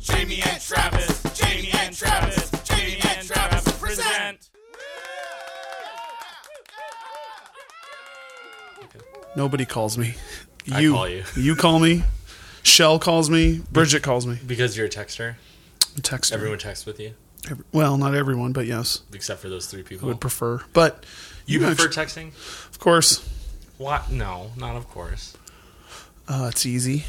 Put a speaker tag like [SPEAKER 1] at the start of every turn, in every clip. [SPEAKER 1] Jamie and Travis, Jamie and Travis, Jamie and Travis present.
[SPEAKER 2] Nobody calls me. You,
[SPEAKER 3] I call you.
[SPEAKER 2] call me. Shell calls me. Bridget calls me.
[SPEAKER 3] Because you're a texter,
[SPEAKER 2] Text her.
[SPEAKER 3] everyone texts with you,
[SPEAKER 2] Every- well, not everyone, but yes,
[SPEAKER 3] except for those three
[SPEAKER 2] I
[SPEAKER 3] people.
[SPEAKER 2] would prefer. But
[SPEAKER 3] you prefer
[SPEAKER 2] actually-
[SPEAKER 3] texting?
[SPEAKER 2] of course.
[SPEAKER 3] What? No, not of course.
[SPEAKER 2] Uh, it's easy.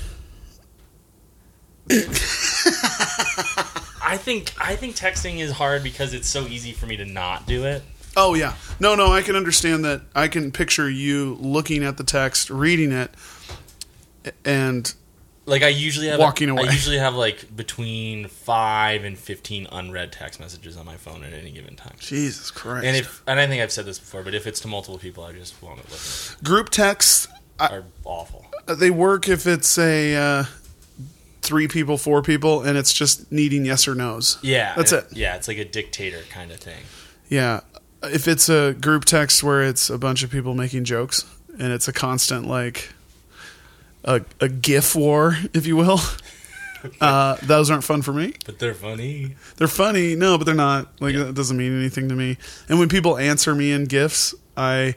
[SPEAKER 3] I think I think texting is hard because it's so easy for me to not do it.
[SPEAKER 2] Oh yeah. No, no, I can understand that. I can picture you looking at the text, reading it, and
[SPEAKER 3] Like I usually have
[SPEAKER 2] Walking away.
[SPEAKER 3] I usually have like between five and fifteen unread text messages on my phone at any given time.
[SPEAKER 2] Jesus Christ.
[SPEAKER 3] And if and I think I've said this before, but if it's to multiple people, I just won't look. at
[SPEAKER 2] group texts uh,
[SPEAKER 3] it. Are awful.
[SPEAKER 2] they work if it's a uh, three people, four people, and it's just needing yes or nos.
[SPEAKER 3] Yeah,
[SPEAKER 2] That's
[SPEAKER 3] and-
[SPEAKER 2] it.
[SPEAKER 3] Yeah, it's like a dictator kind of thing.
[SPEAKER 2] Yeah. If it's a group text where it's a bunch of people making jokes and it's a constant like a a gif war, if you will. Uh, those aren't fun for me.
[SPEAKER 3] But they're funny.
[SPEAKER 2] They're funny, no, but they're not. Like that doesn't mean anything to me. And when people answer me in gifs, I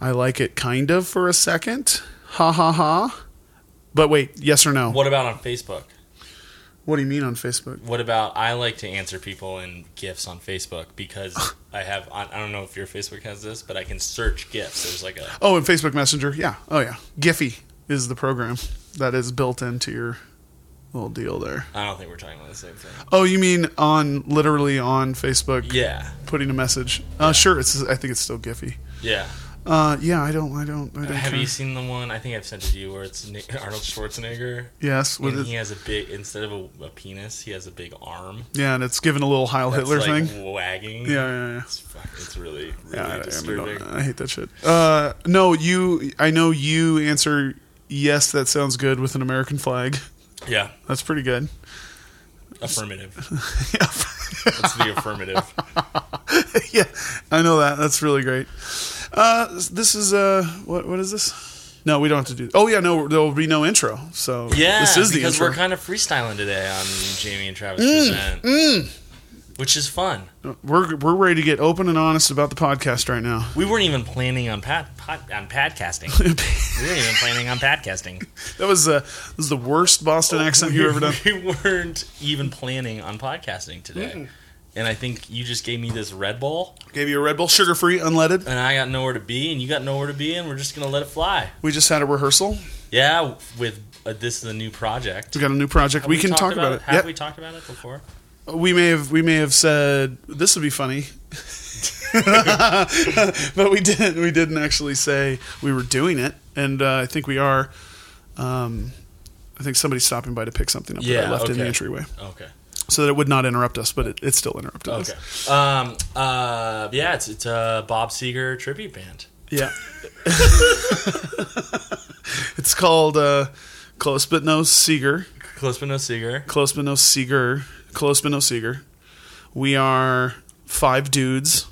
[SPEAKER 2] I like it kind of for a second. Ha ha ha. But wait, yes or no?
[SPEAKER 3] What about on Facebook?
[SPEAKER 2] What do you mean on Facebook?
[SPEAKER 3] What about I like to answer people in GIFs on Facebook because I have I I don't know if your Facebook has this, but I can search GIFs. There's like a
[SPEAKER 2] Oh, and Facebook Messenger. Yeah. Oh, yeah. Giphy is the program that is built into your little deal there.
[SPEAKER 3] I don't think we're talking about the same thing.
[SPEAKER 2] Oh, you mean on literally on Facebook
[SPEAKER 3] Yeah,
[SPEAKER 2] putting a message? Uh, sure. It's I think it's still Giphy.
[SPEAKER 3] yeah.
[SPEAKER 2] Uh, yeah. I don't. I don't. I don't.
[SPEAKER 3] Have
[SPEAKER 2] care.
[SPEAKER 3] you seen the one? I think I've sent it to you where it's Nick, Arnold Schwarzenegger.
[SPEAKER 2] Yes. With
[SPEAKER 3] And
[SPEAKER 2] it,
[SPEAKER 3] he has a big instead of a, a penis, he has a big arm.
[SPEAKER 2] yeah, and it's given a little Heil
[SPEAKER 3] That's
[SPEAKER 2] Hitler
[SPEAKER 3] like
[SPEAKER 2] Oh, thing.
[SPEAKER 3] wagging.
[SPEAKER 2] Yeah, yeah, yeah.
[SPEAKER 3] It's, fuck, it's really really
[SPEAKER 2] Yeah, I- I,
[SPEAKER 3] disturbing.
[SPEAKER 2] don't- I hate that shit. Uh, no, you. I know you answer yes. That sounds good with an American flag.
[SPEAKER 3] yeah,
[SPEAKER 2] That's pretty good.
[SPEAKER 3] affirmative. That's the affirmative.
[SPEAKER 2] yeah, I know that. That's really great. Uh, this is uh, what what is this? No, we don't have to do. Oh yeah, no, there will be no intro. So
[SPEAKER 3] Yeah,
[SPEAKER 2] this is the
[SPEAKER 3] because
[SPEAKER 2] intro. Mm,
[SPEAKER 3] we're kind of freestyling today on Jamie and Travis Present, which is fun.
[SPEAKER 2] we're we're ready to get open and honest about the podcast right now.
[SPEAKER 3] We weren't even planning on pad, pod, on podcasting. we weren't even planning on podcasting.
[SPEAKER 2] That was uh, this is the worst Boston accent
[SPEAKER 3] we,
[SPEAKER 2] you've ever done.
[SPEAKER 3] we weren't even planning on podcasting today. And I think you just gave me this Red Bull,
[SPEAKER 2] Gave you a Red Bull, sugar free, unleaded.
[SPEAKER 3] and I got nowhere to be, and you got nowhere to be, and we're just gonna let it fly.
[SPEAKER 2] We just had a rehearsal.
[SPEAKER 3] Yeah, with uh, this is a new project.
[SPEAKER 2] We got a new project. we, can
[SPEAKER 3] talked
[SPEAKER 2] talk about,
[SPEAKER 3] Have we
[SPEAKER 2] it.
[SPEAKER 3] talked about it before?
[SPEAKER 2] Yeah, we may have we may have said this would be funny. but we didn't we didn't actually say we were doing it and uh, i think we are um, i think somebody's stopping by to pick something up that
[SPEAKER 3] Yeah,
[SPEAKER 2] i left in the
[SPEAKER 3] okay.
[SPEAKER 2] entryway
[SPEAKER 3] Okay.
[SPEAKER 2] so that it would not interrupt us but it, it still interrupted
[SPEAKER 3] Okay.
[SPEAKER 2] us
[SPEAKER 3] Um. Uh. Yeah. It's it's a Bob Seger tribute band.
[SPEAKER 2] yeah it's called uh, close but no seeger
[SPEAKER 3] Close but no Seger.
[SPEAKER 2] close but no seeger close but no seeger we are five dudes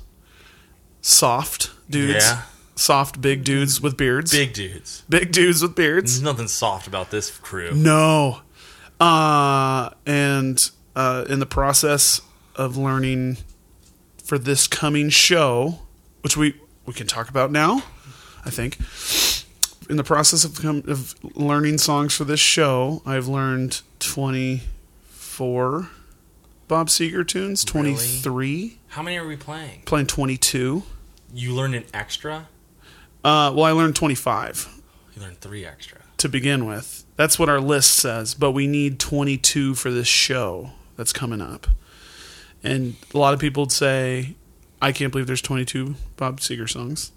[SPEAKER 2] soft dudes
[SPEAKER 3] Yeah.
[SPEAKER 2] soft big dudes with beards
[SPEAKER 3] Big dudes.
[SPEAKER 2] big dudes with beards
[SPEAKER 3] There's nothing soft about this crew.
[SPEAKER 2] No. Uh, and uh, in the process of learning for this coming show, which we, we can talk about now, I think. In the process of, com- of learning songs for this show, I've learned 24 Bob Seger tunes, 23,
[SPEAKER 3] How many are we playing?
[SPEAKER 2] playing 22.
[SPEAKER 3] You learned an extra.
[SPEAKER 2] Uh, well, I learned 25.
[SPEAKER 3] You learned three extra.
[SPEAKER 2] to begin with. That's what our list says, but we need 22 for this show that's coming up. And a lot of people would say, I can't believe there's 22 Bob Seger songs.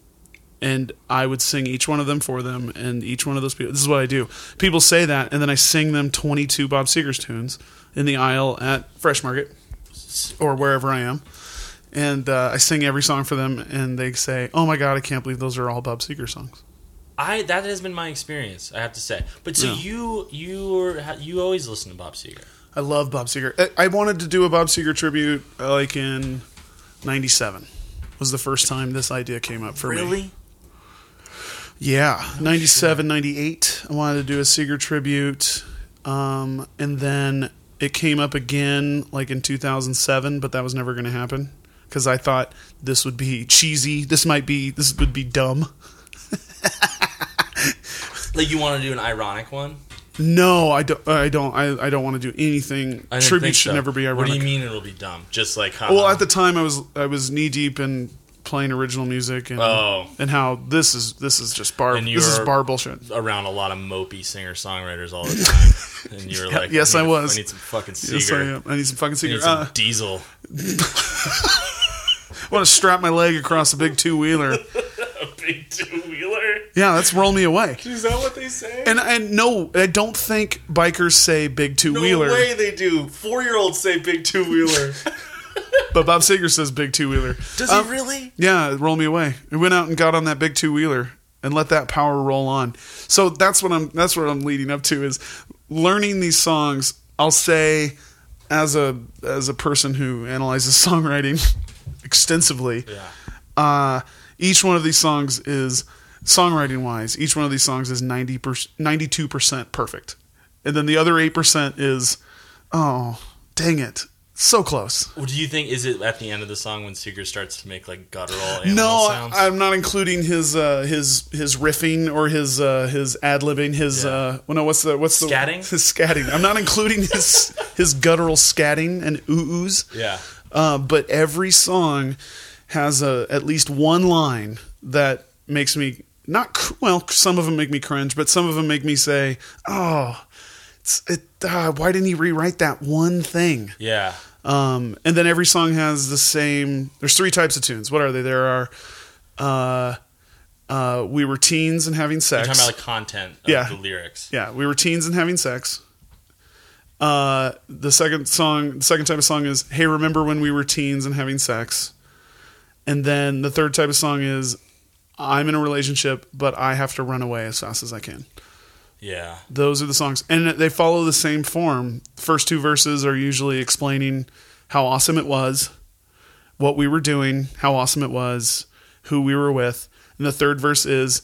[SPEAKER 2] And I would sing each one of them for them, and each one of those people. This is what I do. People say that, and then I sing them 22 Bob Seger's tunes in the aisle at Fresh Market or wherever I am. And uh, I sing every song for them, and they say, "Oh my God, I can't believe those are all Bob Seger songs."
[SPEAKER 3] I that has been my experience. I have to say. But so
[SPEAKER 2] Yeah.
[SPEAKER 3] you you were you always listen to Bob Seger.
[SPEAKER 2] I love Bob Seger. I, I wanted to do a Bob Seger tribute uh, like in '97 was the first time this idea came up for me. Yeah, '97, '98. I wanted to do a Seger tribute, um, and then It came up again like in 2007, but that was never going to happen because I thought this would be cheesy. This might be this would be dumb.
[SPEAKER 3] Like you want to do an ironic one?
[SPEAKER 2] No, I don't. I don't. I, I don't want to do anything.
[SPEAKER 3] I didn't
[SPEAKER 2] Tribute
[SPEAKER 3] think
[SPEAKER 2] should
[SPEAKER 3] so.
[SPEAKER 2] never be ironic.
[SPEAKER 3] What do you mean it'll be dumb? Just like huh?
[SPEAKER 2] Well, at the time, I was I was knee deep in playing original music and
[SPEAKER 3] Oh.
[SPEAKER 2] and how this is this is just bar
[SPEAKER 3] And you
[SPEAKER 2] this is
[SPEAKER 3] were-
[SPEAKER 2] bar bullshit.
[SPEAKER 3] around a lot of mopey singer songwriters all the time, and you were like,
[SPEAKER 2] yes, I
[SPEAKER 3] need-
[SPEAKER 2] was.
[SPEAKER 3] I need some fucking Seeger.
[SPEAKER 2] Yes, I am. uh, I need some fucking
[SPEAKER 3] I
[SPEAKER 2] secret.
[SPEAKER 3] need some
[SPEAKER 2] Uh,
[SPEAKER 3] Diesel.
[SPEAKER 2] I want to strap my leg across a big two wheeler.
[SPEAKER 3] A big two wheeler.
[SPEAKER 2] yeah, that's roll me away.
[SPEAKER 3] Is that what they say?
[SPEAKER 2] And and no, I don't think bikers say big two
[SPEAKER 3] no
[SPEAKER 2] wheeler,
[SPEAKER 3] way they do. Four year olds say big two wheeler.
[SPEAKER 2] but Bob Seger says big two wheeler.
[SPEAKER 3] Does he really?
[SPEAKER 2] Yeah, roll me away. We went out and got on that big two wheeler and let that power roll on. So that's what I'm that's what I'm leading up to is learning these songs. I'll say as a as a person who analyzes songwriting extensively,
[SPEAKER 3] Yeah.
[SPEAKER 2] uh, each one of these songs is songwriting wise, each one of these songs is 90 92 percent perfect, and then the other eight percent is oh dang it, so close.
[SPEAKER 3] Well, do you think is it at the end of the song when Seeger starts to make like guttural animal
[SPEAKER 2] No,
[SPEAKER 3] sounds?
[SPEAKER 2] I- I'm not including his uh, his his riffing or his uh, his ad libbing. His
[SPEAKER 3] Yeah.
[SPEAKER 2] uh, well, no, what's the what's the
[SPEAKER 3] Scatting?
[SPEAKER 2] His scatting. I'm not including his his guttural scatting and ooh oohs.
[SPEAKER 3] yeah.
[SPEAKER 2] Uh, but every song has a at least one line that makes me not cr- well. Some of them make me cringe, but some of them make me say, "Oh, it's, it, uh, why didn't he rewrite that one thing?"
[SPEAKER 3] Yeah.
[SPEAKER 2] Um, and then every song has the same. There's three types of tunes. What are they? There are, uh, uh, we were teens and having
[SPEAKER 3] You're
[SPEAKER 2] sex.
[SPEAKER 3] talking about the content of
[SPEAKER 2] Yeah.
[SPEAKER 3] the lyrics.
[SPEAKER 2] yeah, we were teens and having sex. Uh, the second song, the second type of song is "Hey, remember when we were teens and having sex," and then the third type of song is "I'm in a relationship, but I have to run away as fast as I can."
[SPEAKER 3] Yeah.
[SPEAKER 2] those are the songs and they follow the same form first two verses are usually explaining how awesome it was what we were doing how awesome it was who we were with and the third verse is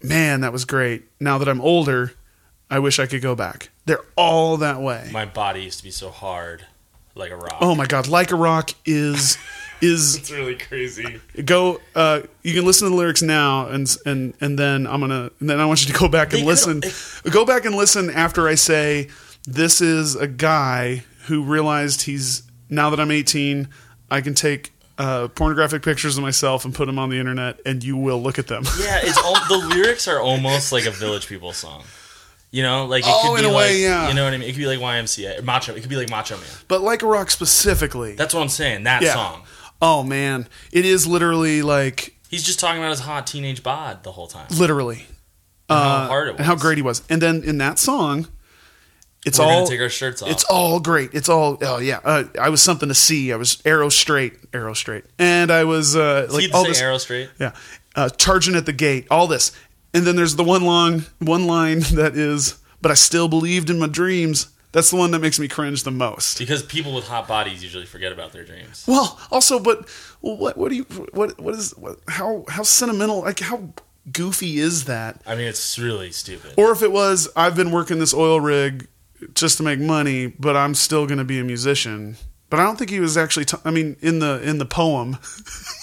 [SPEAKER 2] man that was great now that i'm older i wish i could go back they're all that way
[SPEAKER 3] My body used to be so hard, like a rock.
[SPEAKER 2] oh my god like a rock is is
[SPEAKER 3] it's really crazy.
[SPEAKER 2] go uh you can listen to the lyrics now and and and then i'm gonna and then i want you to go back and
[SPEAKER 3] They
[SPEAKER 2] listen
[SPEAKER 3] could-
[SPEAKER 2] go back and listen after i say this is a guy who realized he's now that i'm 18 i can take uh, pornographic pictures of myself and put them on the internet and you will look at them
[SPEAKER 3] Yeah, it's all the lyrics are almost like a Village People song. You know, like it
[SPEAKER 2] Oh,
[SPEAKER 3] could
[SPEAKER 2] in
[SPEAKER 3] be
[SPEAKER 2] a way,
[SPEAKER 3] like
[SPEAKER 2] yeah.
[SPEAKER 3] you know what I mean. It could be like YMCA, or Macho. It could be like Macho Man.
[SPEAKER 2] but like a rock specifically
[SPEAKER 3] That's what I'm saying. That
[SPEAKER 2] Yeah.
[SPEAKER 3] song.
[SPEAKER 2] oh man it is literally like
[SPEAKER 3] He's just talking about his hot teenage bod the whole time.
[SPEAKER 2] literally
[SPEAKER 3] how hard it
[SPEAKER 2] Uh, and how
[SPEAKER 3] was.
[SPEAKER 2] great he was and then in that song it's
[SPEAKER 3] We're
[SPEAKER 2] all
[SPEAKER 3] gonna take our shirts off.
[SPEAKER 2] It's all great. It's all oh yeah. Uh, I was something to see. I was arrow straight, arrow straight, and I was uh,
[SPEAKER 3] Does he
[SPEAKER 2] like all
[SPEAKER 3] say
[SPEAKER 2] this.
[SPEAKER 3] arrow straight.
[SPEAKER 2] Yeah, uh, charging at the gate. All this, and then there's the one long one line that is. But I still believed in my dreams. That's the one that makes me cringe the most.
[SPEAKER 3] Because people with hot bodies usually forget about their dreams.
[SPEAKER 2] Well, also, but what what do you what what is what, how how sentimental like how goofy is that?
[SPEAKER 3] I mean, it's really stupid.
[SPEAKER 2] Or if it was, I've been working this oil rig just to make money, but I'm still going to be a musician. But I don't think he was actually. T- I mean, in the in the poem,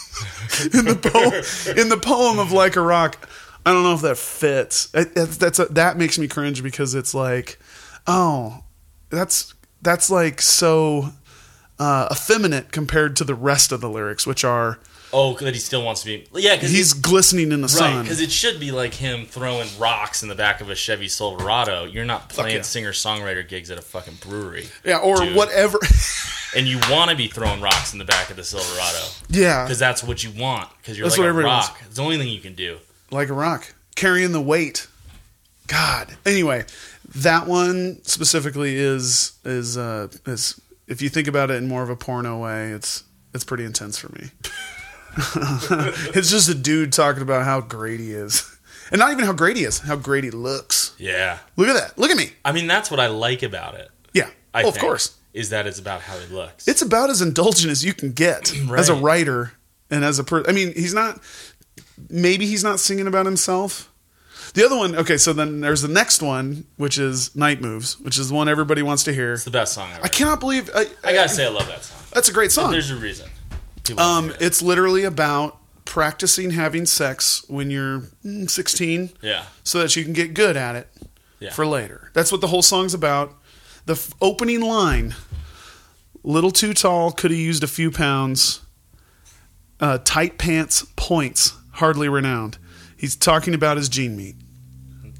[SPEAKER 2] in the poem, in the poem of like a rock. I don't know if that fits. It, it- that's a, that makes me cringe because it's like, oh, that's that's like so uh, effeminate compared to the rest of the lyrics, which are
[SPEAKER 3] Oh, that he still wants to be. Yeah, because
[SPEAKER 2] he's glistening in the
[SPEAKER 3] Right,
[SPEAKER 2] sun.
[SPEAKER 3] because it should be like him throwing rocks in the back of a Chevy Silverado. You're not playing
[SPEAKER 2] yeah.
[SPEAKER 3] singer songwriter gigs at a fucking brewery.
[SPEAKER 2] yeah, or
[SPEAKER 3] Dude.
[SPEAKER 2] whatever.
[SPEAKER 3] And you want to be throwing rocks in the back of the Silverado
[SPEAKER 2] yeah,
[SPEAKER 3] because that's what you want. Because you're
[SPEAKER 2] That's
[SPEAKER 3] like
[SPEAKER 2] what
[SPEAKER 3] a
[SPEAKER 2] everybody wants.
[SPEAKER 3] rock. It's the only thing you can do.
[SPEAKER 2] like a rock, carrying the weight. God. Anyway, that one specifically is is uh is if you think about it in more of a porno way, it's it's pretty intense for me. it's just a dude talking about how great he is. And not even how great he is, how great he looks.
[SPEAKER 3] Yeah,
[SPEAKER 2] Look at that. Look at me.
[SPEAKER 3] I mean that's what I like about it.
[SPEAKER 2] Yeah.
[SPEAKER 3] I
[SPEAKER 2] oh, of
[SPEAKER 3] think,
[SPEAKER 2] course.
[SPEAKER 3] is that it's about how he looks.
[SPEAKER 2] It's about as indulgent as you can get as a
[SPEAKER 3] Right.
[SPEAKER 2] writer and as a per I mean, he's not maybe he's not singing about himself. The other one, okay, so then there's the next one, which is Night Moves, which is the one everybody wants to hear.
[SPEAKER 3] It's the best song ever.
[SPEAKER 2] I cannot believe I,
[SPEAKER 3] I gotta say, I love that song.
[SPEAKER 2] that's a great song.
[SPEAKER 3] There's a reason. people
[SPEAKER 2] Um,
[SPEAKER 3] hear it.
[SPEAKER 2] it's literally about practicing having sex when you're mm, 16,
[SPEAKER 3] yeah,
[SPEAKER 2] so that you can get good at it
[SPEAKER 3] Yeah.
[SPEAKER 2] for later. That's what the whole song's about. The f- opening line: "Little too tall, could have used a few pounds. Uh, tight pants, points, hardly renowned." He's talking about his gene meat.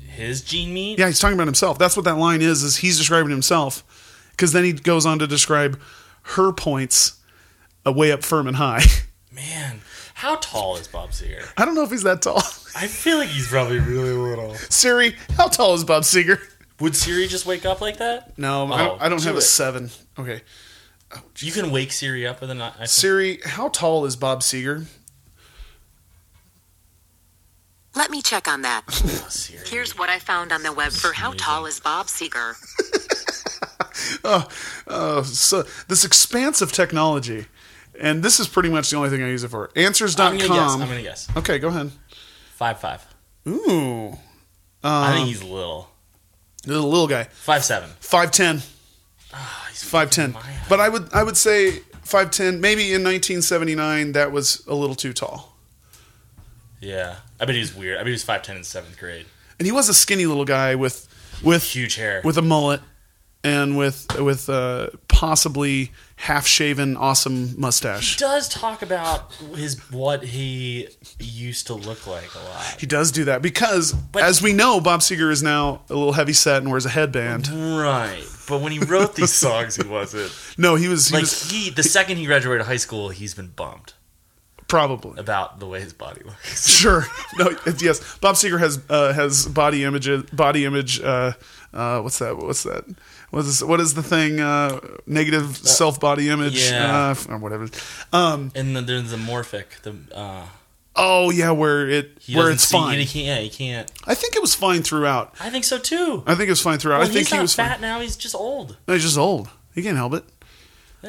[SPEAKER 3] his gene meat.
[SPEAKER 2] Yeah, he's talking about himself. That's what that line is. Is he's describing himself? Because then he goes on to describe her points, uh, way up firm and high.
[SPEAKER 3] Man, how tall is Bob Seger?
[SPEAKER 2] I don't know if he's that tall.
[SPEAKER 3] I feel like he's probably really little.
[SPEAKER 2] Siri, how tall is Bob Seger?
[SPEAKER 3] Would Siri just wake up like that?
[SPEAKER 2] No, I
[SPEAKER 3] Oh,
[SPEAKER 2] don't, I don't have
[SPEAKER 3] do
[SPEAKER 2] a
[SPEAKER 3] it.
[SPEAKER 2] seven. Okay.
[SPEAKER 3] You can wake Siri up with an i- iPhone.
[SPEAKER 2] Siri, how tall is Bob Seger?
[SPEAKER 4] Let me check on that.
[SPEAKER 3] Oh, Siri.
[SPEAKER 4] Here's what I found on the web for how tall is Bob Seger.
[SPEAKER 2] Oh, so this expansive technology. And this is pretty much the only thing I use it for. Answers.com.
[SPEAKER 3] I'm gonna guess. I'm gonna guess.
[SPEAKER 2] okay, go ahead.
[SPEAKER 3] Five five.
[SPEAKER 2] Ooh. Um,
[SPEAKER 3] I think he's little.
[SPEAKER 2] This is a little guy.
[SPEAKER 3] Five seven.
[SPEAKER 2] 5'10.
[SPEAKER 3] Ah, he's
[SPEAKER 2] 5'10.
[SPEAKER 3] my height.
[SPEAKER 2] But I would I would say 5'10. Maybe in 1979, that was a little too tall.
[SPEAKER 3] Yeah, I bet he was weird. I bet he was five ten in seventh grade.
[SPEAKER 2] And he was a skinny little guy with with
[SPEAKER 3] Huge hair.
[SPEAKER 2] with a mullet and with with a possibly half shaven awesome mustache.
[SPEAKER 3] does talk about his what he used to look like a lot.
[SPEAKER 2] He does do that because,
[SPEAKER 3] But-
[SPEAKER 2] as we know, Bob Seger is now a little heavy set and wears a headband.
[SPEAKER 3] Right, but when he wrote these songs, he wasn't.
[SPEAKER 2] No, he was, he
[SPEAKER 3] Like
[SPEAKER 2] was
[SPEAKER 3] he, the second he graduated high school, he's been bumped
[SPEAKER 2] probably
[SPEAKER 3] about the way his body looks.
[SPEAKER 2] sure. No, yes, Bob Seger has uh, has body image body image. Uh, uh, what's that? What's that? What is what is the thing? Uh, negative self body image
[SPEAKER 3] yeah.
[SPEAKER 2] uh, or whatever. Um,
[SPEAKER 3] And then there's the morphic. The uh,
[SPEAKER 2] oh yeah, where it
[SPEAKER 3] he
[SPEAKER 2] where
[SPEAKER 3] doesn't
[SPEAKER 2] it's
[SPEAKER 3] see-
[SPEAKER 2] fine.
[SPEAKER 3] He can't, yeah, he can't.
[SPEAKER 2] I think it was fine throughout.
[SPEAKER 3] I think so too.
[SPEAKER 2] I think it was fine throughout.
[SPEAKER 3] Well,
[SPEAKER 2] I think
[SPEAKER 3] he's
[SPEAKER 2] he
[SPEAKER 3] not
[SPEAKER 2] was fine.
[SPEAKER 3] fat now. He's just old.
[SPEAKER 2] No, he's just old. He can't help it.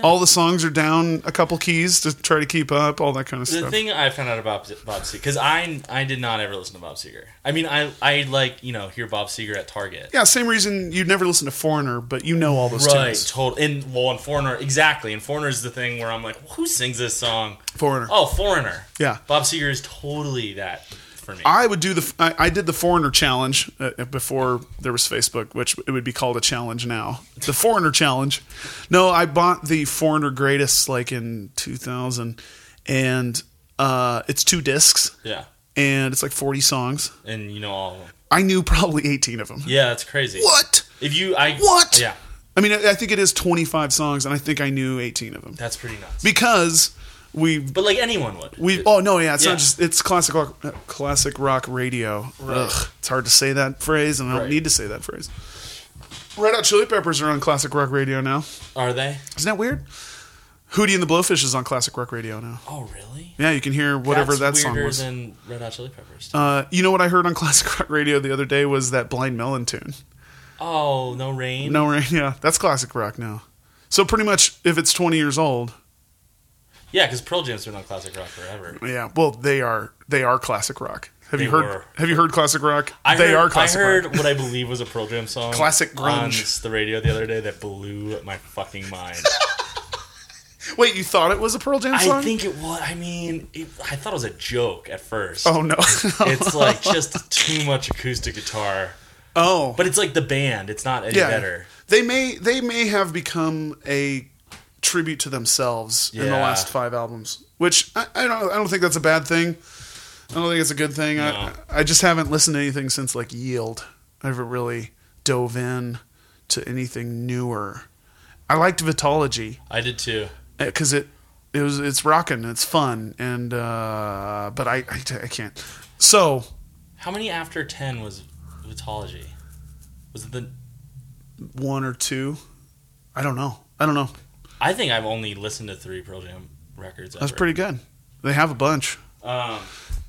[SPEAKER 2] All the songs are down a couple keys to try to keep up, all that kind of
[SPEAKER 3] The
[SPEAKER 2] stuff.
[SPEAKER 3] thing I found out about Bob Seger because I I did not ever listen to Bob Seger. I mean, I I like you know hear Bob Seger at Target.
[SPEAKER 2] yeah, same reason you'd never listen to Foreigner, but you know all those
[SPEAKER 3] Right,
[SPEAKER 2] tunes.
[SPEAKER 3] total. And well, and foreigner exactly. And foreigner is the thing where I'm like, who sings this song?
[SPEAKER 2] Foreigner.
[SPEAKER 3] Oh, foreigner.
[SPEAKER 2] Yeah.
[SPEAKER 3] Bob Seger is totally that for me.
[SPEAKER 2] I would do the I, I did the Foreigner challenge uh, before there was Facebook, which it would be called a challenge now. The Foreigner challenge. No, I bought the Foreigner Greatest like in 2000 and uh, it's two discs
[SPEAKER 3] yeah,
[SPEAKER 2] and it's like 40 songs.
[SPEAKER 3] and you know all. Of them.
[SPEAKER 2] I knew probably 18 of them.
[SPEAKER 3] Yeah, that's crazy.
[SPEAKER 2] What?
[SPEAKER 3] If you, I
[SPEAKER 2] What?
[SPEAKER 3] Yeah,
[SPEAKER 2] I mean, I I think it is 25 songs, and I think I knew 18 of them
[SPEAKER 3] that's pretty nuts.
[SPEAKER 2] because we
[SPEAKER 3] but like anyone would.
[SPEAKER 2] we. Oh no, yeah, it's
[SPEAKER 3] Yeah.
[SPEAKER 2] not just it's classic rock, uh, classic rock radio. Ugh, it's hard to say that phrase, and I don't
[SPEAKER 3] Right.
[SPEAKER 2] need to say that phrase. Red Hot Chili Peppers are on classic rock radio now.
[SPEAKER 3] Are they?
[SPEAKER 2] Isn't that weird? Hootie and the Blowfish is on classic rock radio now.
[SPEAKER 3] Oh, really?
[SPEAKER 2] Yeah, you can hear whatever
[SPEAKER 3] that's
[SPEAKER 2] that song
[SPEAKER 3] weirder
[SPEAKER 2] was.
[SPEAKER 3] than Red Hot Chili Peppers.
[SPEAKER 2] uh, you know what I heard on classic rock radio the other day was that Blind Melon tune.
[SPEAKER 3] oh, no rain.
[SPEAKER 2] No, right? Yeah, that's classic rock now. So pretty much, if it's 20 years old,
[SPEAKER 3] Yeah, because Pearl Jam's been on classic rock forever.
[SPEAKER 2] Yeah, well, they are they are classic rock. Have you
[SPEAKER 3] They
[SPEAKER 2] heard
[SPEAKER 3] were.
[SPEAKER 2] Have you heard classic rock?
[SPEAKER 3] I
[SPEAKER 2] they
[SPEAKER 3] heard,
[SPEAKER 2] are classic
[SPEAKER 3] I heard
[SPEAKER 2] rock.
[SPEAKER 3] what I believe was a Pearl Jam song,
[SPEAKER 2] Classic grunge.
[SPEAKER 3] on the radio the other day that blew my fucking mind.
[SPEAKER 2] Wait, you thought it was a Pearl Jam song?
[SPEAKER 3] I think it was. I mean, it, I thought it was a joke at first.
[SPEAKER 2] Oh no!
[SPEAKER 3] It's like just too much acoustic guitar,
[SPEAKER 2] oh,
[SPEAKER 3] but it's like the band. It's not any
[SPEAKER 2] yeah.
[SPEAKER 3] better.
[SPEAKER 2] They may they may have become a tribute to themselves in the
[SPEAKER 3] Yeah.
[SPEAKER 2] last five albums, which I, I don't I don't think that's a bad thing. I don't think it's a good thing.
[SPEAKER 3] No.
[SPEAKER 2] I I just haven't listened to anything since like Yield. I haven't really dove in to anything newer. I liked Vitology.
[SPEAKER 3] I did too.
[SPEAKER 2] because it it was it's rocking, it's fun, and uh, but I, I I can't. So
[SPEAKER 3] How many after ten was Vitology? Was it the?
[SPEAKER 2] one or two, I don't know, I don't know.
[SPEAKER 3] I think I've only listened to three Pearl Jam records.
[SPEAKER 2] That's
[SPEAKER 3] ever.
[SPEAKER 2] pretty good. They have a bunch.
[SPEAKER 3] Um,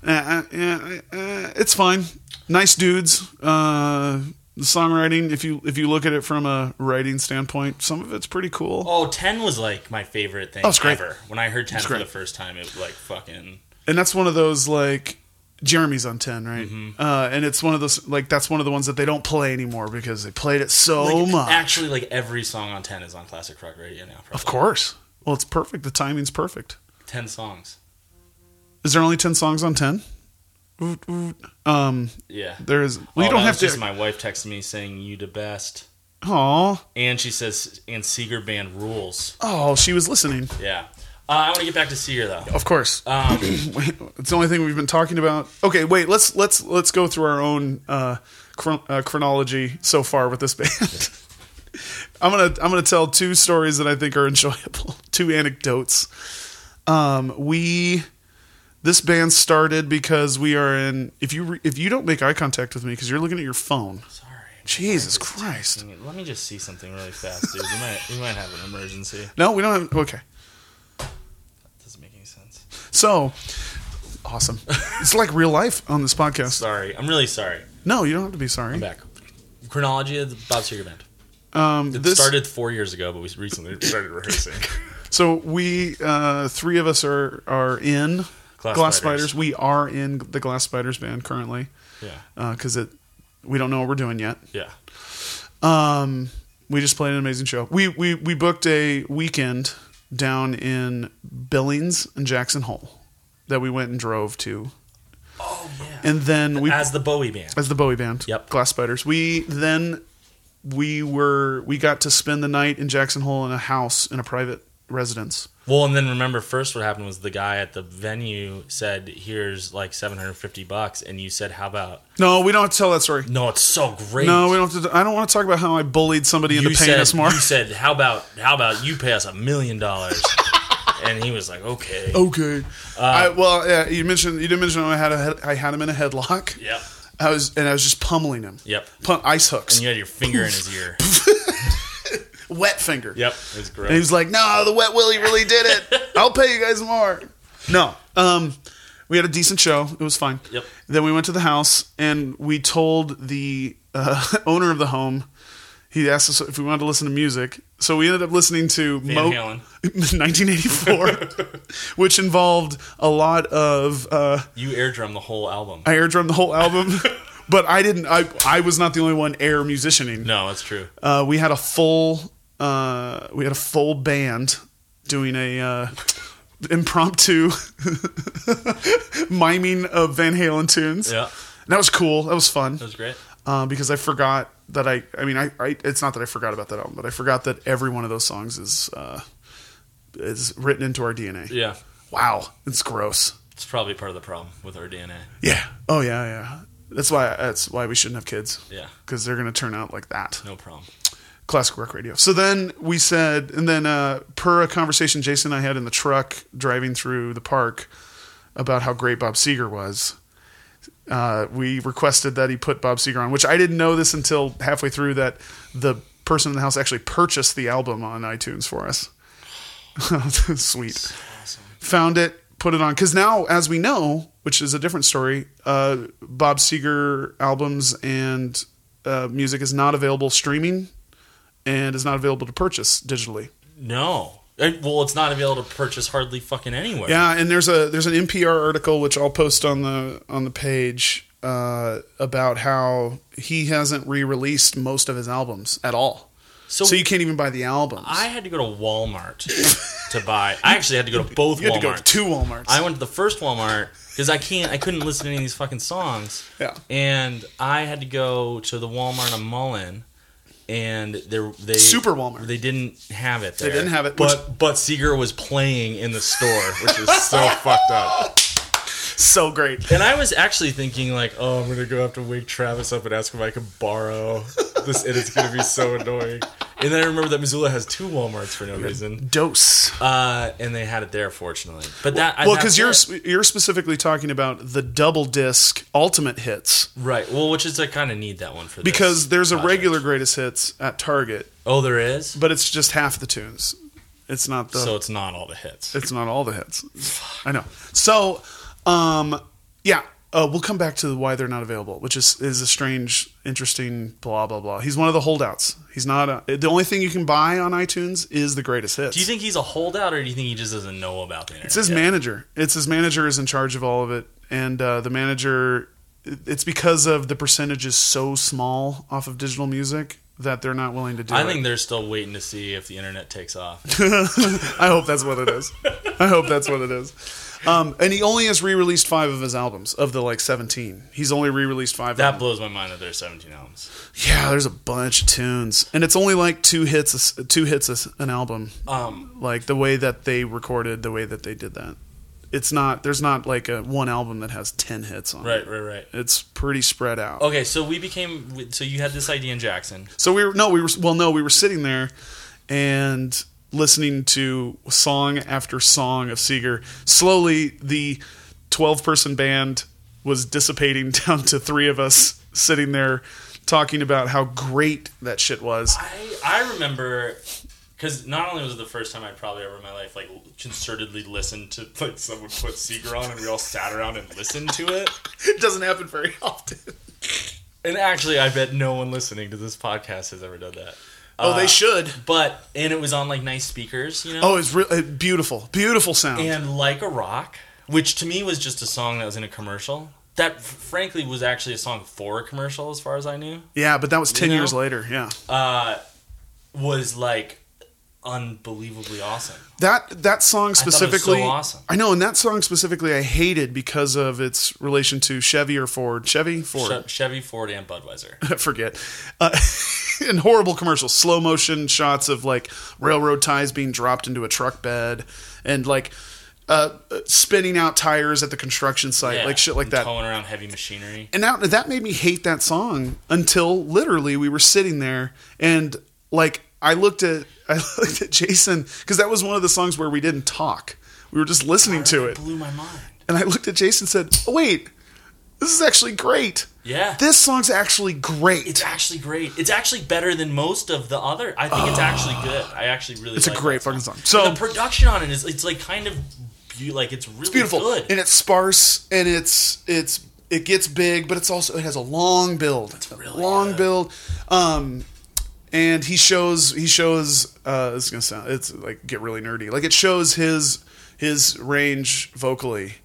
[SPEAKER 2] Uh, uh, uh, uh, it's fine. Nice dudes. Uh, the songwriting, if you if you look at it from a writing standpoint, some of it's pretty cool.
[SPEAKER 3] oh, 10 was like my favorite thing
[SPEAKER 2] Oh, it's great.
[SPEAKER 3] ever. When I heard ten for
[SPEAKER 2] great.
[SPEAKER 3] the first time, it was like fucking.
[SPEAKER 2] And that's one of those like Jeremy's on ten, right?
[SPEAKER 3] Mm-hmm.
[SPEAKER 2] Uh, and it's one of those like that's one of the ones that they don't play anymore because they played it so
[SPEAKER 3] Like,
[SPEAKER 2] much.
[SPEAKER 3] Actually, like every song on ten is on classic rock radio now. Probably.
[SPEAKER 2] of course. Well, it's perfect. The timing's perfect.
[SPEAKER 3] ten songs.
[SPEAKER 2] Is there only ten songs on ten? Oot, oot. Um,
[SPEAKER 3] Yeah.
[SPEAKER 2] there is. Well, you
[SPEAKER 3] Oh,
[SPEAKER 2] don't
[SPEAKER 3] that
[SPEAKER 2] have
[SPEAKER 3] was
[SPEAKER 2] to.
[SPEAKER 3] Just my wife texted me saying you the best,
[SPEAKER 2] Aw.
[SPEAKER 3] and she says, "And Seeger band rules."
[SPEAKER 2] Oh, she was listening.
[SPEAKER 3] Yeah. Uh, I want to get back to Seeger though.
[SPEAKER 2] Of course.
[SPEAKER 3] Um,
[SPEAKER 2] it's the only thing we've been talking about. Okay, wait. Let's let's let's go through our own uh, chron- uh, chronology so far with this band. I'm gonna I'm gonna tell two stories that I think are enjoyable. Two anecdotes. Um, we this band started because we are in. If you re, if you don't make eye contact with me because you're looking at your phone.
[SPEAKER 3] sorry.
[SPEAKER 2] Jesus Christ.
[SPEAKER 3] Let me just see something really fast, dude. We might we might have an emergency.
[SPEAKER 2] No, we don't have. Okay.
[SPEAKER 3] Doesn't make any sense.
[SPEAKER 2] So awesome. it's like real life on this podcast.
[SPEAKER 3] Sorry. I'm really sorry.
[SPEAKER 2] No, you don't have to be sorry.
[SPEAKER 3] I'm back. Chronology of the Bob Seger band.
[SPEAKER 2] Um,
[SPEAKER 3] It
[SPEAKER 2] this
[SPEAKER 3] started four years ago, but we recently started rehearsing.
[SPEAKER 2] So we uh, three of us are are in
[SPEAKER 3] Glass
[SPEAKER 2] Glass,
[SPEAKER 3] Spiders.
[SPEAKER 2] Spiders. We are in the Glass Spiders band currently
[SPEAKER 3] yeah.
[SPEAKER 2] because it we don't know what we're doing yet.
[SPEAKER 3] Yeah.
[SPEAKER 2] Um, we just played an amazing show. We we we booked a weekend down in Billings and Jackson Hole that we went and drove to,
[SPEAKER 3] Oh yeah.
[SPEAKER 2] and then we
[SPEAKER 3] As the Bowie band.
[SPEAKER 2] as the Bowie band.
[SPEAKER 3] Yep.
[SPEAKER 2] Glass Spiders. We then we were we got to spend the night in Jackson Hole in a house in a private residence.
[SPEAKER 3] Well, and then remember, first what happened was the guy at the venue said, "Here's like 750 bucks," and you said, "How about?"
[SPEAKER 2] No, we don't have to tell that story.
[SPEAKER 3] No, it's so great.
[SPEAKER 2] No, we don't. Have to, I don't want to talk about how I bullied somebody into
[SPEAKER 3] You
[SPEAKER 2] paying
[SPEAKER 3] said,
[SPEAKER 2] us more.
[SPEAKER 3] you said, "How about? How about you pay us a million dollars?" And he was like, "Okay."
[SPEAKER 2] okay.
[SPEAKER 3] Uh,
[SPEAKER 2] I, well, yeah, you mentioned you didn't mention I had a head, I had him in a headlock.
[SPEAKER 3] Yep.
[SPEAKER 2] I was and I was just pummeling him.
[SPEAKER 3] Yep.
[SPEAKER 2] Pum- ice hooks,
[SPEAKER 3] And you had your finger in his ear.
[SPEAKER 2] wet finger.
[SPEAKER 3] Yep. It was gross.
[SPEAKER 2] And he was like, "No, the wet willy really did it. I'll pay you guys more." No. Um, we had a decent show. It was fine.
[SPEAKER 3] Yep.
[SPEAKER 2] Then we went to the house and we told the uh, owner of the home. He asked us if we wanted to listen to music, so we ended up listening to
[SPEAKER 3] Van
[SPEAKER 2] Mo-
[SPEAKER 3] Halen.
[SPEAKER 2] 1984, which involved a lot of. Uh,
[SPEAKER 3] You airdrum the whole album.
[SPEAKER 2] I air drummed the whole album, but I didn't. I I was not the only one air musicianing.
[SPEAKER 3] no, that's true.
[SPEAKER 2] Uh, we had a full uh, we had a full band doing a uh, impromptu miming of Van Halen tunes.
[SPEAKER 3] Yeah.
[SPEAKER 2] And that was cool. That was fun
[SPEAKER 3] That was great.
[SPEAKER 2] uh, because I forgot that I. I mean, I, I. It's not that I forgot about that album, but I forgot that every one of those songs is uh, is written into our DNA.
[SPEAKER 3] Yeah.
[SPEAKER 2] Wow, it's gross.
[SPEAKER 3] It's probably part of the problem with our DNA.
[SPEAKER 2] Yeah. Oh yeah, yeah. That's why. That's why we shouldn't have kids.
[SPEAKER 3] Yeah.
[SPEAKER 2] Because they're gonna turn out like that.
[SPEAKER 3] No problem.
[SPEAKER 2] Classic rock radio. So then we said, and then uh, per a conversation Jason and I had in the truck driving through the park about how great Bob Seger was. Uh, we requested that he put Bob Seger on, which I didn't know this until halfway through that the person in the house actually purchased the album on iTunes for us. Sweet found it, put it on. Because now, as we know, which is a different story, uh, Bob Seger albums and uh, music is not available streaming and is not available to purchase digitally.
[SPEAKER 3] No. Eh, Well, it's not available to purchase hardly fucking anywhere.
[SPEAKER 2] Yeah, and there's a there's an NPR article which I'll post on the on the page uh, about how he hasn't re-released most of his albums at all.
[SPEAKER 3] So,
[SPEAKER 2] So you can't even buy the albums.
[SPEAKER 3] I had to go to Walmart to buy. I actually had to go to both
[SPEAKER 2] you had
[SPEAKER 3] Walmarts.
[SPEAKER 2] to go to two Walmarts.
[SPEAKER 3] I went to the first Walmart because I can't. I couldn't listen to any of these fucking songs.
[SPEAKER 2] Yeah.
[SPEAKER 3] And I had to go to the Walmart on Mullen, and they they
[SPEAKER 2] Super Walmart.
[SPEAKER 3] They didn't have it. There.
[SPEAKER 2] didn't have it,
[SPEAKER 3] But but Seeger was playing in the store, which is so fucked up.
[SPEAKER 2] so great.
[SPEAKER 3] And I was actually thinking like, oh, I'm gonna go have to wake Travis up and ask if I can borrow this, and it's gonna be so annoying. And then I remember that Missoula has two Walmarts for no reason,
[SPEAKER 2] Dose.
[SPEAKER 3] uh, and they had it there fortunately. But that I-
[SPEAKER 2] well,
[SPEAKER 3] that's
[SPEAKER 2] because you're
[SPEAKER 3] it.
[SPEAKER 2] sp- you're specifically talking about the double disc ultimate hits
[SPEAKER 3] Right. Well, which is I kind of need that one for this
[SPEAKER 2] because there's a
[SPEAKER 3] project.
[SPEAKER 2] regular greatest hits at Target,
[SPEAKER 3] Oh, there is.
[SPEAKER 2] but it's just half the tunes. It's not the.
[SPEAKER 3] so it's not all the hits.
[SPEAKER 2] it's not all the hits. I know. So, um, yeah, uh, we'll come back to why they're not available, which is is a strange, interesting blah blah blah. He's one of the holdouts. He's not a, the only thing you can buy on iTunes is the greatest hits.
[SPEAKER 3] Do you think he's a holdout, or do you think he just doesn't know about the internet?
[SPEAKER 2] It's his manager. It's his manager is in charge of all of it, and uh, the manager. it- It's because of the percentages so small off of digital music that they're not willing to do
[SPEAKER 3] I
[SPEAKER 2] it.
[SPEAKER 3] think they're still waiting to see if the internet takes off.
[SPEAKER 2] I hope that's what it is. I hope that's what it is. Um, and he only has re-released five of his albums of the like seventeen. He's only re-released five. of
[SPEAKER 3] That
[SPEAKER 2] them.
[SPEAKER 3] blows my mind that there's 17 albums.
[SPEAKER 2] yeah, there's a bunch of tunes, and it's only like two hits, a s two hits a s an album.
[SPEAKER 3] Um,
[SPEAKER 2] Like the way that they recorded, the way that they did that. It's not. There's not like a one album that has ten hits on
[SPEAKER 3] right,
[SPEAKER 2] it.
[SPEAKER 3] right, right.
[SPEAKER 2] It's pretty spread out.
[SPEAKER 3] Okay, so we became. So you had this idea in Jackson.
[SPEAKER 2] So we were no, we were well, no, we were sitting there and listening to song after song of Seeger. Slowly, the twelve-person band was dissipating down to three of us sitting there talking about how great that shit was.
[SPEAKER 3] I I remember because not only was it the first time I probably ever in my life like concertedly listened to like someone put Seeger on and we all sat around and listened to it.
[SPEAKER 2] It doesn't happen very often.
[SPEAKER 3] And actually, I bet no one listening to this podcast has ever done that.
[SPEAKER 2] Oh, they
[SPEAKER 3] Uh,
[SPEAKER 2] should.
[SPEAKER 3] But and it was on like nice speakers, you know.
[SPEAKER 2] Oh, it's really beautiful, beautiful sound.
[SPEAKER 3] and like a rock, which to me was just a song that was in a commercial. That f- frankly was actually a song for a commercial, as far as I knew.
[SPEAKER 2] yeah, but that was ten
[SPEAKER 3] You know?
[SPEAKER 2] years later. Yeah.
[SPEAKER 3] Uh, was like unbelievably awesome.
[SPEAKER 2] That that song
[SPEAKER 3] thought it was
[SPEAKER 2] specifically,
[SPEAKER 3] so awesome.
[SPEAKER 2] I know, and that song specifically, I hated because of its relation to Chevy or Ford. Chevy, Ford,
[SPEAKER 3] Che- Chevy, Ford, and Budweiser.
[SPEAKER 2] I forget. Uh, and horrible commercials, slow motion shots of like railroad ties being dropped into a truck bed, and like uh, spinning out tires at the construction site,
[SPEAKER 3] Yeah,
[SPEAKER 2] like shit like
[SPEAKER 3] and
[SPEAKER 2] that.
[SPEAKER 3] Towing around heavy machinery.
[SPEAKER 2] and that that made me hate that song until literally we were sitting there and like I looked at I looked at Jason because that was one of the songs where we didn't talk. We were just listening to it,
[SPEAKER 3] Blew my mind.
[SPEAKER 2] and I looked at Jason and said, oh, "Wait, this is actually great.
[SPEAKER 3] Yeah.
[SPEAKER 2] This song's actually great.
[SPEAKER 3] it's actually great. It's actually better than most of the other. I think it's actually good. I actually really.
[SPEAKER 2] It's a
[SPEAKER 3] like
[SPEAKER 2] great
[SPEAKER 3] that
[SPEAKER 2] fucking song. So-
[SPEAKER 3] the production on it is it's like kind of be- like it's really
[SPEAKER 2] beautiful,
[SPEAKER 3] good.
[SPEAKER 2] and it's sparse, and it's it's it gets big, but it's also it has a long build, it's
[SPEAKER 3] really
[SPEAKER 2] long
[SPEAKER 3] good.
[SPEAKER 2] build. Um, and he shows he shows uh, it's gonna sound it's like get really nerdy. Like it shows his his range vocally,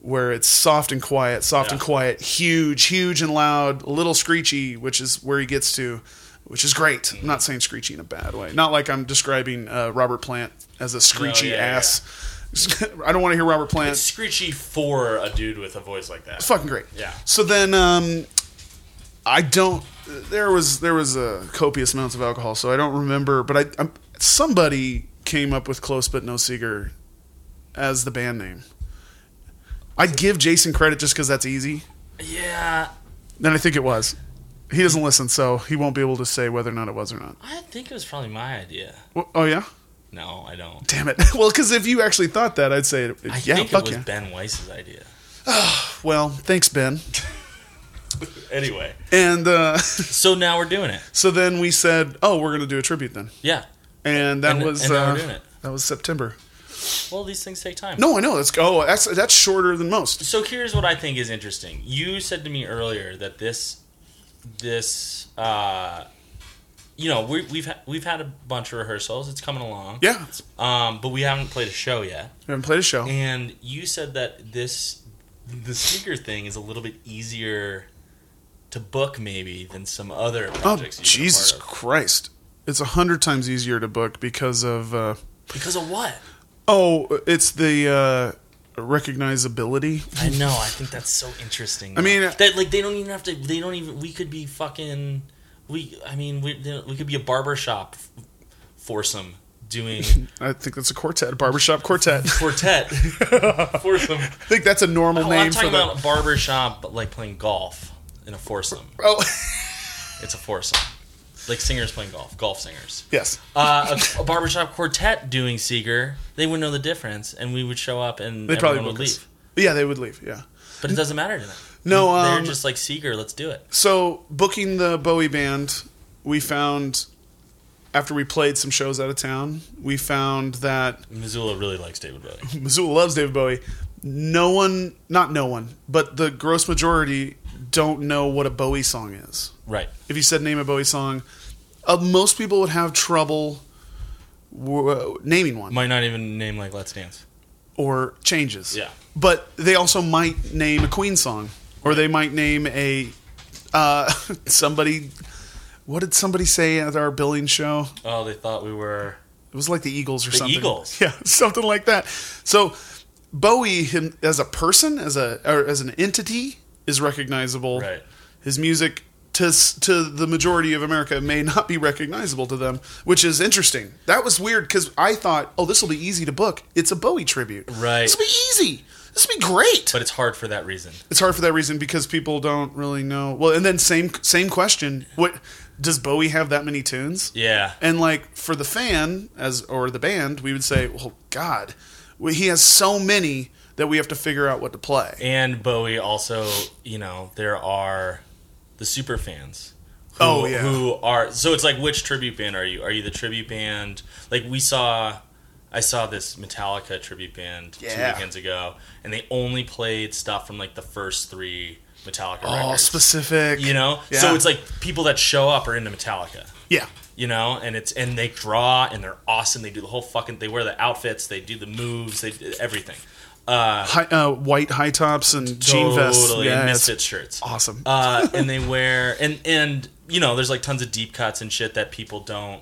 [SPEAKER 2] where it's soft and quiet, soft and
[SPEAKER 3] Yeah.
[SPEAKER 2] quiet, huge, huge and loud, a little screechy, which is where he gets to. Which is great. I'm not saying screechy in a bad way. Not like I'm describing uh, Robert Plant as a screechy
[SPEAKER 3] yeah, yeah.
[SPEAKER 2] ass. I don't want to hear Robert Plant.
[SPEAKER 3] It's screechy for a dude with a voice like that.
[SPEAKER 2] It's fucking great.
[SPEAKER 3] Yeah.
[SPEAKER 2] So then, um, I don't. There was there was a copious amounts of alcohol, so I don't remember. But I, i somebody came up with "Close but No Seeger" as the band name. I'd give Jason credit just because that's easy.
[SPEAKER 3] Yeah,
[SPEAKER 2] Then I think it was. He doesn't listen, so he won't be able to say whether or not it was or not.
[SPEAKER 3] I think it was probably my idea.
[SPEAKER 2] Wh- Oh yeah,
[SPEAKER 3] No, I don't.
[SPEAKER 2] damn it. Well, because if you actually thought that, I'd say, it,
[SPEAKER 3] I
[SPEAKER 2] yeah,
[SPEAKER 3] think it
[SPEAKER 2] fuck
[SPEAKER 3] was
[SPEAKER 2] yeah.
[SPEAKER 3] Ben Weiss's idea.
[SPEAKER 2] Well, thanks, Ben.
[SPEAKER 3] Anyway,
[SPEAKER 2] And uh,
[SPEAKER 3] so now we're doing it.
[SPEAKER 2] so then we said, oh, we're gonna do a tribute then.
[SPEAKER 3] Yeah.
[SPEAKER 2] and that
[SPEAKER 3] And-
[SPEAKER 2] was
[SPEAKER 3] and now
[SPEAKER 2] uh,
[SPEAKER 3] we're doing it.
[SPEAKER 2] that was September.
[SPEAKER 3] Well, these things take time.
[SPEAKER 2] No, I know that's oh that's that's shorter than most.
[SPEAKER 3] So here's what I think is interesting. You said to me earlier that this, this, uh, you know, we, we've ha- we've had a bunch of rehearsals. It's coming along.
[SPEAKER 2] Yeah, Oh.
[SPEAKER 3] Um, but we haven't played a show yet.
[SPEAKER 2] we haven't played a show.
[SPEAKER 3] And you said that this, the speaker thing is a little bit easier to book maybe than some other
[SPEAKER 2] Oh
[SPEAKER 3] projects. you've been a
[SPEAKER 2] Jesus
[SPEAKER 3] part of.
[SPEAKER 2] Christ! It's a hundred times easier to book because of uh,
[SPEAKER 3] Because of what?
[SPEAKER 2] oh it's the uh, recognizability.
[SPEAKER 3] I know. I think that's so interesting.
[SPEAKER 2] I mean- uh,
[SPEAKER 3] that like they don't even have to. They don't even. We could be fucking. We. I mean, we. they- We could be a barbershop f- foursome doing
[SPEAKER 2] I think that's a quartet, a barbershop quartet. I
[SPEAKER 3] quartet foursome.
[SPEAKER 2] think that's a normal
[SPEAKER 3] Well, Oh, I'm
[SPEAKER 2] name for
[SPEAKER 3] talking
[SPEAKER 2] the.
[SPEAKER 3] about barbershop, but like playing golf in a foursome.
[SPEAKER 2] Oh
[SPEAKER 3] It's a foursome. Like singers playing golf, golf singers.
[SPEAKER 2] yes,
[SPEAKER 3] Uh, a, a barbershop quartet doing Seeger, they wouldn't know the difference, and we would show up and
[SPEAKER 2] they
[SPEAKER 3] everyone
[SPEAKER 2] probably
[SPEAKER 3] would
[SPEAKER 2] would
[SPEAKER 3] leave.
[SPEAKER 2] Yeah, they would leave. Yeah.
[SPEAKER 3] But it doesn't matter to them.
[SPEAKER 2] No,
[SPEAKER 3] They're
[SPEAKER 2] um,
[SPEAKER 3] just like Seeger. Let's do it.
[SPEAKER 2] so booking the Bowie band, we found after we played some shows out of town, we found that
[SPEAKER 3] Missoula really likes David Bowie.
[SPEAKER 2] Missoula loves David Bowie. No one, not no one, but the gross majority don't know what a Bowie song is.
[SPEAKER 3] Right.
[SPEAKER 2] If you said name a Bowie song, uh, most people would have trouble w- naming one
[SPEAKER 3] Might not even name like Let's Dance.
[SPEAKER 2] or changes.
[SPEAKER 3] Yeah.
[SPEAKER 2] but they also might name a Queen song, or they might name a uh, somebody. What did somebody say at our billing show?
[SPEAKER 3] Oh, they thought we were.
[SPEAKER 2] It was like the Eagles or
[SPEAKER 3] The
[SPEAKER 2] something.
[SPEAKER 3] Eagles.
[SPEAKER 2] yeah, something like that. So Bowie, him as a person, as a or as an entity, is recognizable.
[SPEAKER 3] Right.
[SPEAKER 2] His music to s- to the majority of America may not be recognizable to them, which is interesting. That was weird because I thought, oh, this will be easy to book. It's a Bowie tribute.
[SPEAKER 3] Right.
[SPEAKER 2] This will be easy. This will be great.
[SPEAKER 3] But it's hard for that reason.
[SPEAKER 2] it's hard for that reason because people don't really know. Well, and then same same question. What does Bowie have that many tunes?
[SPEAKER 3] Yeah.
[SPEAKER 2] And like for the fan as or the band, we would say, "Well, God, we- he has so many that we have to figure out what to play."
[SPEAKER 3] And Bowie also, you know, there are the super fans. Who,
[SPEAKER 2] Oh, yeah.
[SPEAKER 3] Who are so it's like which tribute band are you? Are you the tribute band? Like we saw I saw this Metallica tribute band
[SPEAKER 2] Yeah.
[SPEAKER 3] two weekends ago and they only played stuff from like the first three Metallica
[SPEAKER 2] Oh,
[SPEAKER 3] records.
[SPEAKER 2] specific.
[SPEAKER 3] you know?
[SPEAKER 2] Yeah.
[SPEAKER 3] So it's like people that show up are into Metallica.
[SPEAKER 2] yeah,
[SPEAKER 3] you know and it's and they draw and they're awesome they do the whole fucking they wear the outfits they do the moves they do everything
[SPEAKER 2] Hi, uh, white high tops and jean vests.
[SPEAKER 3] totally
[SPEAKER 2] Yeah, it's
[SPEAKER 3] misfit shirts
[SPEAKER 2] awesome.
[SPEAKER 3] uh, and they wear and and you know there's like tons of deep cuts and shit that people don't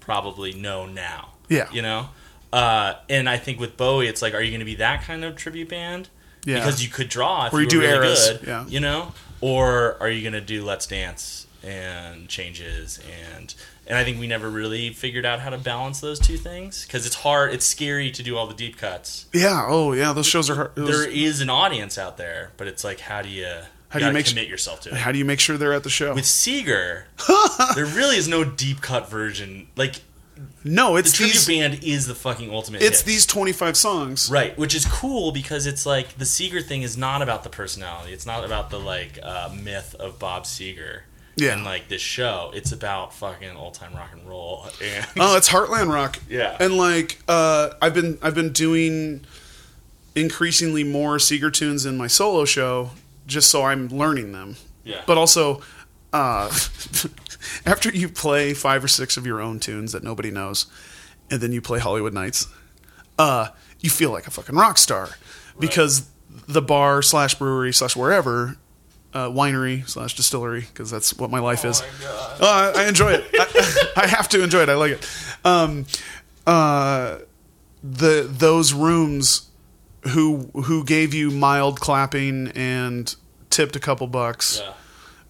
[SPEAKER 3] probably know now
[SPEAKER 2] Yeah.
[SPEAKER 3] you know uh, and i think with bowie it's like are you going to be that kind of tribute band
[SPEAKER 2] yeah,
[SPEAKER 3] because you could draw if
[SPEAKER 2] Or
[SPEAKER 3] you,
[SPEAKER 2] you do
[SPEAKER 3] were really
[SPEAKER 2] eras,
[SPEAKER 3] good,
[SPEAKER 2] yeah.
[SPEAKER 3] you know. Or are you gonna do Let's Dance and changes and and I think we never really figured out how to balance those two things because it's hard, it's scary to do all the deep cuts.
[SPEAKER 2] yeah. Oh, yeah. Those shows are. Hard. those-
[SPEAKER 3] there is an audience out there, but it's like how do you
[SPEAKER 2] How do you
[SPEAKER 3] gotta
[SPEAKER 2] make-
[SPEAKER 3] commit yourself to it?
[SPEAKER 2] how do you make sure they're at the show?
[SPEAKER 3] With Seeger, there really is no deep cut version. Like
[SPEAKER 2] no,
[SPEAKER 3] the
[SPEAKER 2] it's
[SPEAKER 3] tribute
[SPEAKER 2] these.
[SPEAKER 3] band is the fucking ultimate.
[SPEAKER 2] It's
[SPEAKER 3] hit.
[SPEAKER 2] these twenty-five songs.
[SPEAKER 3] Right, which is cool because it's like the Seeger thing is not about the personality. It's not about the like uh, myth of Bob Seeger
[SPEAKER 2] Yeah.
[SPEAKER 3] and like this show. It's about fucking old time rock and roll. And
[SPEAKER 2] Oh, it's Heartland Rock.
[SPEAKER 3] Yeah.
[SPEAKER 2] And like uh, I've been I've been doing increasingly more Seeger tunes in my solo show just so I'm learning them.
[SPEAKER 3] Yeah.
[SPEAKER 2] But also uh, after you play five or six of your own tunes that nobody knows and then you play Hollywood Nights, uh, you feel like a fucking rock star because the bar slash brewery slash wherever uh, winery slash distillery because that's what my
[SPEAKER 3] Oh
[SPEAKER 2] life is. Uh, I enjoy it. I, I have to enjoy it. I like it. Um, uh, the those rooms who who gave you mild clapping and tipped a couple bucks
[SPEAKER 3] Yeah.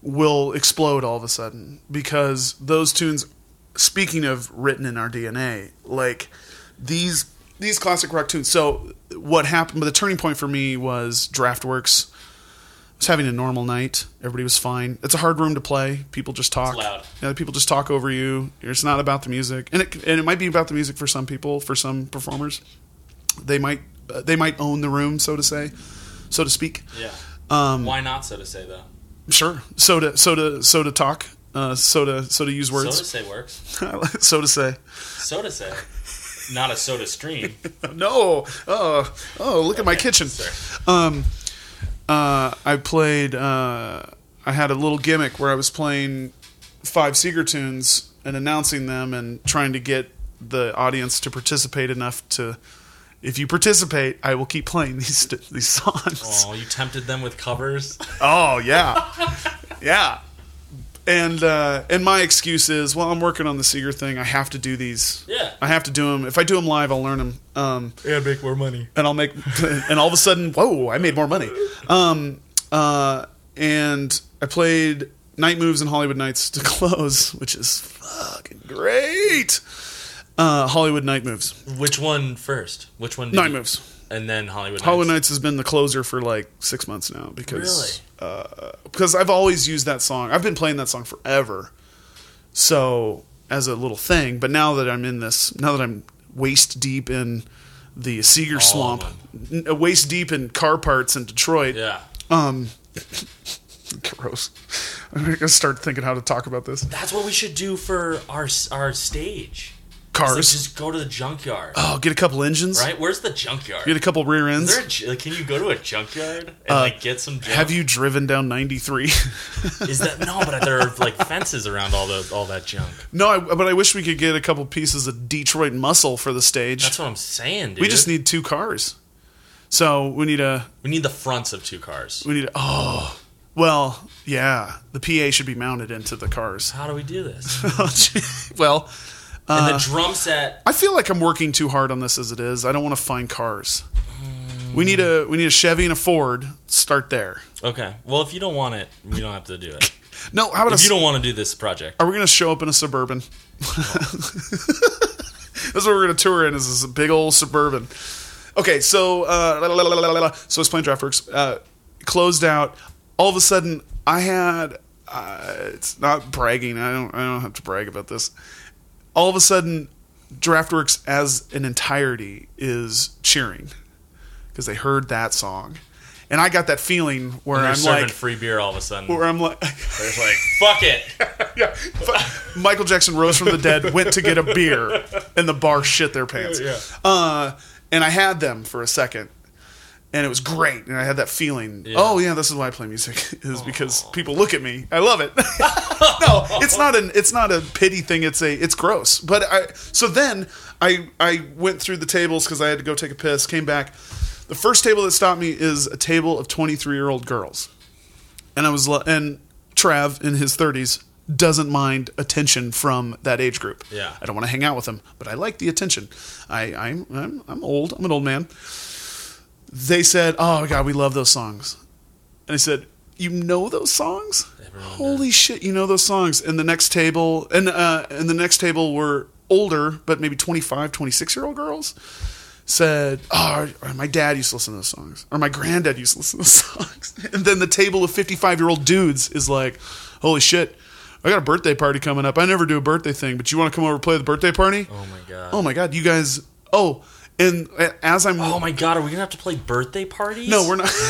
[SPEAKER 2] will explode all of a sudden because those tunes speaking of written in our DNA like these these classic rock tunes so what happened but the turning point for me was Draftworks I was having a normal night everybody was fine it's a hard room to play people just talk
[SPEAKER 3] loud.
[SPEAKER 2] Yeah, people just talk over you it's not about the music and it and it might be about the music for some people for some performers they might uh, they might own the room so to say so to speak
[SPEAKER 3] yeah. Um, Why not, so to say, though?
[SPEAKER 2] Sure. So to so to so to talk. Uh, so to so to use
[SPEAKER 3] So to
[SPEAKER 2] words.
[SPEAKER 3] say works.
[SPEAKER 2] So to, say.
[SPEAKER 3] So to say, not a soda stream.
[SPEAKER 2] No. Oh. Oh. Look at my kitchen.
[SPEAKER 3] Sir.
[SPEAKER 2] Um. Uh. I played. Uh. I had a little gimmick where I was playing five Seeger tunes and announcing them and trying to get the audience to participate enough to. If you participate, I will keep playing these these songs.
[SPEAKER 3] Oh, you tempted them with covers.
[SPEAKER 2] Oh yeah, yeah. And uh, and my excuse is, well, I'm working on the Seeger thing. I have to do these.
[SPEAKER 3] Yeah.
[SPEAKER 2] I have to do them. If I do them live, I'll learn them. Um,
[SPEAKER 3] And make more money.
[SPEAKER 2] and I'll make. and all of a sudden, whoa! I made more money. Um, uh, and I played Night Moves and Hollywood Nights to close, which is fucking great. Uh, Hollywood Night Moves.
[SPEAKER 3] Which one first? Which one? did
[SPEAKER 2] Night
[SPEAKER 3] you-
[SPEAKER 2] Moves.
[SPEAKER 3] And then Hollywood.
[SPEAKER 2] Hollow
[SPEAKER 3] Nights.
[SPEAKER 2] Knights has been the closer for like six months now because uh, because I've always used that song. I've been playing that song forever, so as a little thing. But now that I'm in this, now that I'm waist deep in the Seeger swamp, n- uh, waist deep in car parts in Detroit.
[SPEAKER 3] Yeah.
[SPEAKER 2] Gross. I'm gonna start thinking how to talk about this.
[SPEAKER 3] That's what we should do for our our stage. It's like,
[SPEAKER 2] Cars.
[SPEAKER 3] just go to the junkyard.
[SPEAKER 2] oh, get a couple engines.
[SPEAKER 3] Right? Where's the junkyard?
[SPEAKER 2] Get a couple rear
[SPEAKER 3] Is
[SPEAKER 2] ends.
[SPEAKER 3] there a ju- like, can you go to a junkyard and like get some? Junk?
[SPEAKER 2] Uh, Have you driven down 93?
[SPEAKER 3] Is that no? But there are like fences around all those all that junk.
[SPEAKER 2] no, I, but I wish we could get a couple pieces of Detroit muscle for the stage.
[SPEAKER 3] That's what I'm saying, dude.
[SPEAKER 2] We just need two cars. So we need a
[SPEAKER 3] We need the fronts of two cars.
[SPEAKER 2] we need a, oh well yeah the PA should be mounted into the cars. Oh,
[SPEAKER 3] How do we do this?
[SPEAKER 2] well, Uh,
[SPEAKER 3] and the drum set.
[SPEAKER 2] I feel like I'm working too hard on this as it is. I don't want to find cars. We need a we need a Chevy and a Ford. Start there.
[SPEAKER 3] Okay. Well, if you don't want it, we don't have to do it.
[SPEAKER 2] No, how about a,
[SPEAKER 3] If you don't want to do this project,
[SPEAKER 2] are we going to show up in a suburban? That's what we're going to tour in. Is this big old suburban? Okay, so uh, la- la- la- la- la- la. so it's playing DraftWorks. Uh, closed out. All of a sudden, I had. Uh, it's not bragging. I don't. I don't have to brag about this. All of a sudden, DraftWorks as an entirety is cheering because they heard that song, and I got that feeling where
[SPEAKER 3] they're
[SPEAKER 2] I'm
[SPEAKER 3] serving
[SPEAKER 2] like,
[SPEAKER 3] free beer all of a sudden.
[SPEAKER 2] where I'm like.
[SPEAKER 3] They're just like, fuck it. Oh
[SPEAKER 2] Yeah. Fu- Michael Jackson rose from the dead, went to get a beer, and the bar shit their pants.
[SPEAKER 3] Yeah.
[SPEAKER 2] Uh, and I had them for a second, and it was great. And I had that feeling, oh yeah, this is why I play music is because people look at me. I love it. no, it's not an it's not a pity thing. It's a it's gross. But I so then I I went through the tables because I had to go take a piss. Came back. The first table that stopped me is a table of twenty three year old girls and I was lo- and Trav in his 30s doesn't mind attention from that age group.
[SPEAKER 3] Yeah.
[SPEAKER 2] I don't want to hang out with him, but I like the attention. I I'm I'm, I'm old. I'm an old man. They said, "Oh my god, we love those songs," and I said. You know those songs? Holy shit! You know those songs. And the next table, and uh, and the next table were older, but maybe 25, 26 year old girls said, "Oh, my dad used to listen to those songs, or my granddad used to listen to those songs." And then the table of fifty-five-year-old dudes is like, "Holy shit, I got a birthday party coming up. I never do a birthday thing, but you want to come over and play the birthday party?
[SPEAKER 3] Oh my god.
[SPEAKER 2] Oh my god, you guys! Oh, and a- as I'm,
[SPEAKER 3] Oh my god, are we gonna have to play birthday parties?
[SPEAKER 2] no, we're not.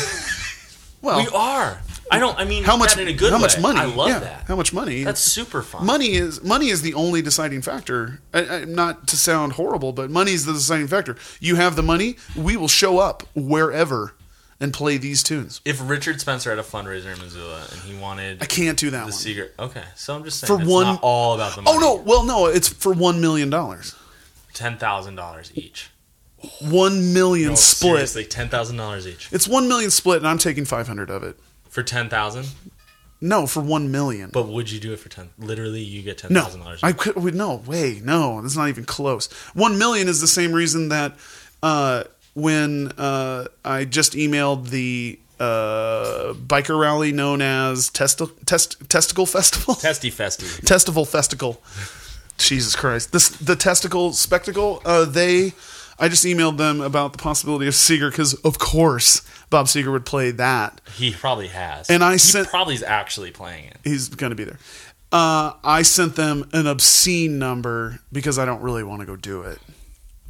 [SPEAKER 2] well,
[SPEAKER 3] We are. I don't. I mean,
[SPEAKER 2] Oh. how much?
[SPEAKER 3] that in a good
[SPEAKER 2] how much
[SPEAKER 3] way.
[SPEAKER 2] money?
[SPEAKER 3] I love
[SPEAKER 2] yeah,
[SPEAKER 3] that.
[SPEAKER 2] How much money?
[SPEAKER 3] That's super fun.
[SPEAKER 2] money is money is the only deciding factor. I, I, not to sound horrible, but money is the deciding factor. You have the money, we will show up wherever and play these tunes.
[SPEAKER 3] If Richard Spencer had a fundraiser in Missoula and he wanted
[SPEAKER 2] I can't do that
[SPEAKER 3] the
[SPEAKER 2] one.
[SPEAKER 3] secret, okay. So I'm just saying,
[SPEAKER 2] For
[SPEAKER 3] it's
[SPEAKER 2] one-
[SPEAKER 3] not all about the money.
[SPEAKER 2] Oh no! Well, no, it's for one million dollars.
[SPEAKER 3] ten thousand dollars each.
[SPEAKER 2] One million
[SPEAKER 3] No,
[SPEAKER 2] split.
[SPEAKER 3] Seriously, ten thousand dollars each
[SPEAKER 2] It's one million split, and I'm taking five hundred of it.
[SPEAKER 3] for ten thousand.
[SPEAKER 2] No, for one million.
[SPEAKER 3] But would you do it for ten? Literally, you get ten
[SPEAKER 2] no,
[SPEAKER 3] thousand dollars.
[SPEAKER 2] I could. we- No way. No, that's not even close. One million is the same reason that uh, when uh, I just emailed the uh, biker rally known as Testi- Test- Testicle Festival.
[SPEAKER 3] Testy festy.
[SPEAKER 2] testicle festival. Jesus Christ! This the testicle spectacle. Uh, they, I just emailed them about the possibility of Seeger because of course Bob Seeger would play that.
[SPEAKER 3] He probably has.
[SPEAKER 2] And I
[SPEAKER 3] he
[SPEAKER 2] sent-
[SPEAKER 3] probably is actually playing it.
[SPEAKER 2] He's going to be there. Uh, I sent them an obscene number because I don't really want to go do it.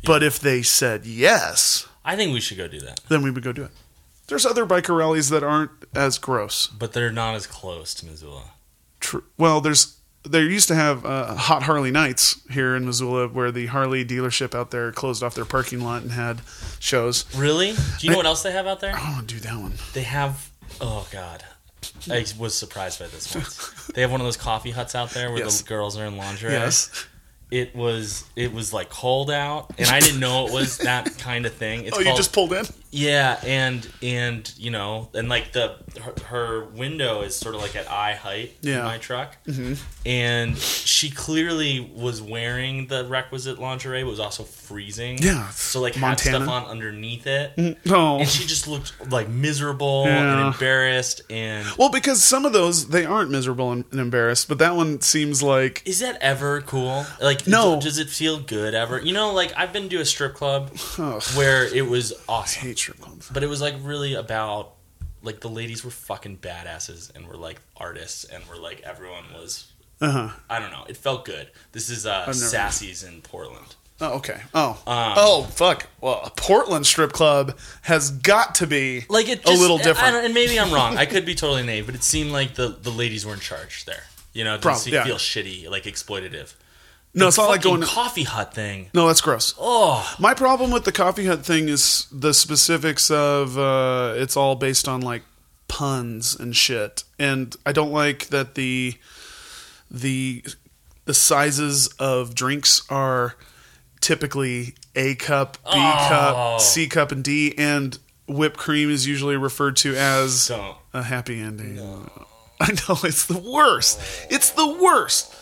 [SPEAKER 2] But if they said yes,
[SPEAKER 3] I think we should go do that.
[SPEAKER 2] then we would go do it. There's other biker rallies that aren't as gross.
[SPEAKER 3] But they're not as close to Missoula.
[SPEAKER 2] Tr- well, there's they used to have uh, hot Harley nights here in Missoula, where the Harley dealership out there closed off their parking lot and had shows.
[SPEAKER 3] Really? Do you know what else they have out there?
[SPEAKER 2] I want to do that one.
[SPEAKER 3] They have. Oh God, I was surprised by this once. They have one of those coffee huts out there where
[SPEAKER 2] Yes.
[SPEAKER 3] the girls are in lingerie.
[SPEAKER 2] Yes.
[SPEAKER 3] It was it was like cold out, and I didn't know it was that kind of thing. It's
[SPEAKER 2] Oh, you
[SPEAKER 3] called-
[SPEAKER 2] just pulled in.
[SPEAKER 3] yeah, and and you know, and like the her, her window is sort of like at eye height.
[SPEAKER 2] Yeah.
[SPEAKER 3] in my truck, mm-hmm. and she clearly was wearing the requisite lingerie, but was also freezing.
[SPEAKER 2] Yeah,
[SPEAKER 3] so like had
[SPEAKER 2] Montana.
[SPEAKER 3] stuff on underneath it.
[SPEAKER 2] Oh.
[SPEAKER 3] And she just looked like miserable
[SPEAKER 2] Yeah.
[SPEAKER 3] and embarrassed. And
[SPEAKER 2] Well, because some of those they aren't miserable and, and embarrassed, but that one seems like
[SPEAKER 3] is that ever cool? Like,
[SPEAKER 2] No.
[SPEAKER 3] d- does it feel good ever? You know, like I've been to a strip club where it was awesome,
[SPEAKER 2] hate strip clubs.
[SPEAKER 3] but it was like really about like the ladies were fucking badasses and were like artists and were like everyone was.
[SPEAKER 2] Uh huh.
[SPEAKER 3] I don't know. It felt good. This is uh,
[SPEAKER 2] never-
[SPEAKER 3] Sassy's in Portland.
[SPEAKER 2] Oh, okay. Oh.
[SPEAKER 3] Um,
[SPEAKER 2] oh, fuck. Well, a Portland strip club has got to be
[SPEAKER 3] Like
[SPEAKER 2] a
[SPEAKER 3] it just-
[SPEAKER 2] little
[SPEAKER 3] I- I
[SPEAKER 2] different.
[SPEAKER 3] don't- and maybe I'm wrong. I could be totally naive, but it seemed like the the ladies were in charge there. You know, it didn't
[SPEAKER 2] Prob-
[SPEAKER 3] seem-
[SPEAKER 2] yeah.
[SPEAKER 3] feel shitty, like exploitative.
[SPEAKER 2] no, it's not like
[SPEAKER 3] fucking
[SPEAKER 2] going. To,
[SPEAKER 3] coffee hut thing.
[SPEAKER 2] no, that's gross.
[SPEAKER 3] Oh,
[SPEAKER 2] My problem with the coffee hut thing is the specifics of uh, it's all based on like puns and shit, and I don't like that the the the sizes of drinks
[SPEAKER 3] Oh.
[SPEAKER 2] are typically A cup, B cup, C cup, and D, and whipped cream is usually referred to as
[SPEAKER 3] Don't.
[SPEAKER 2] a happy ending. I know it's the worst. It's the worst.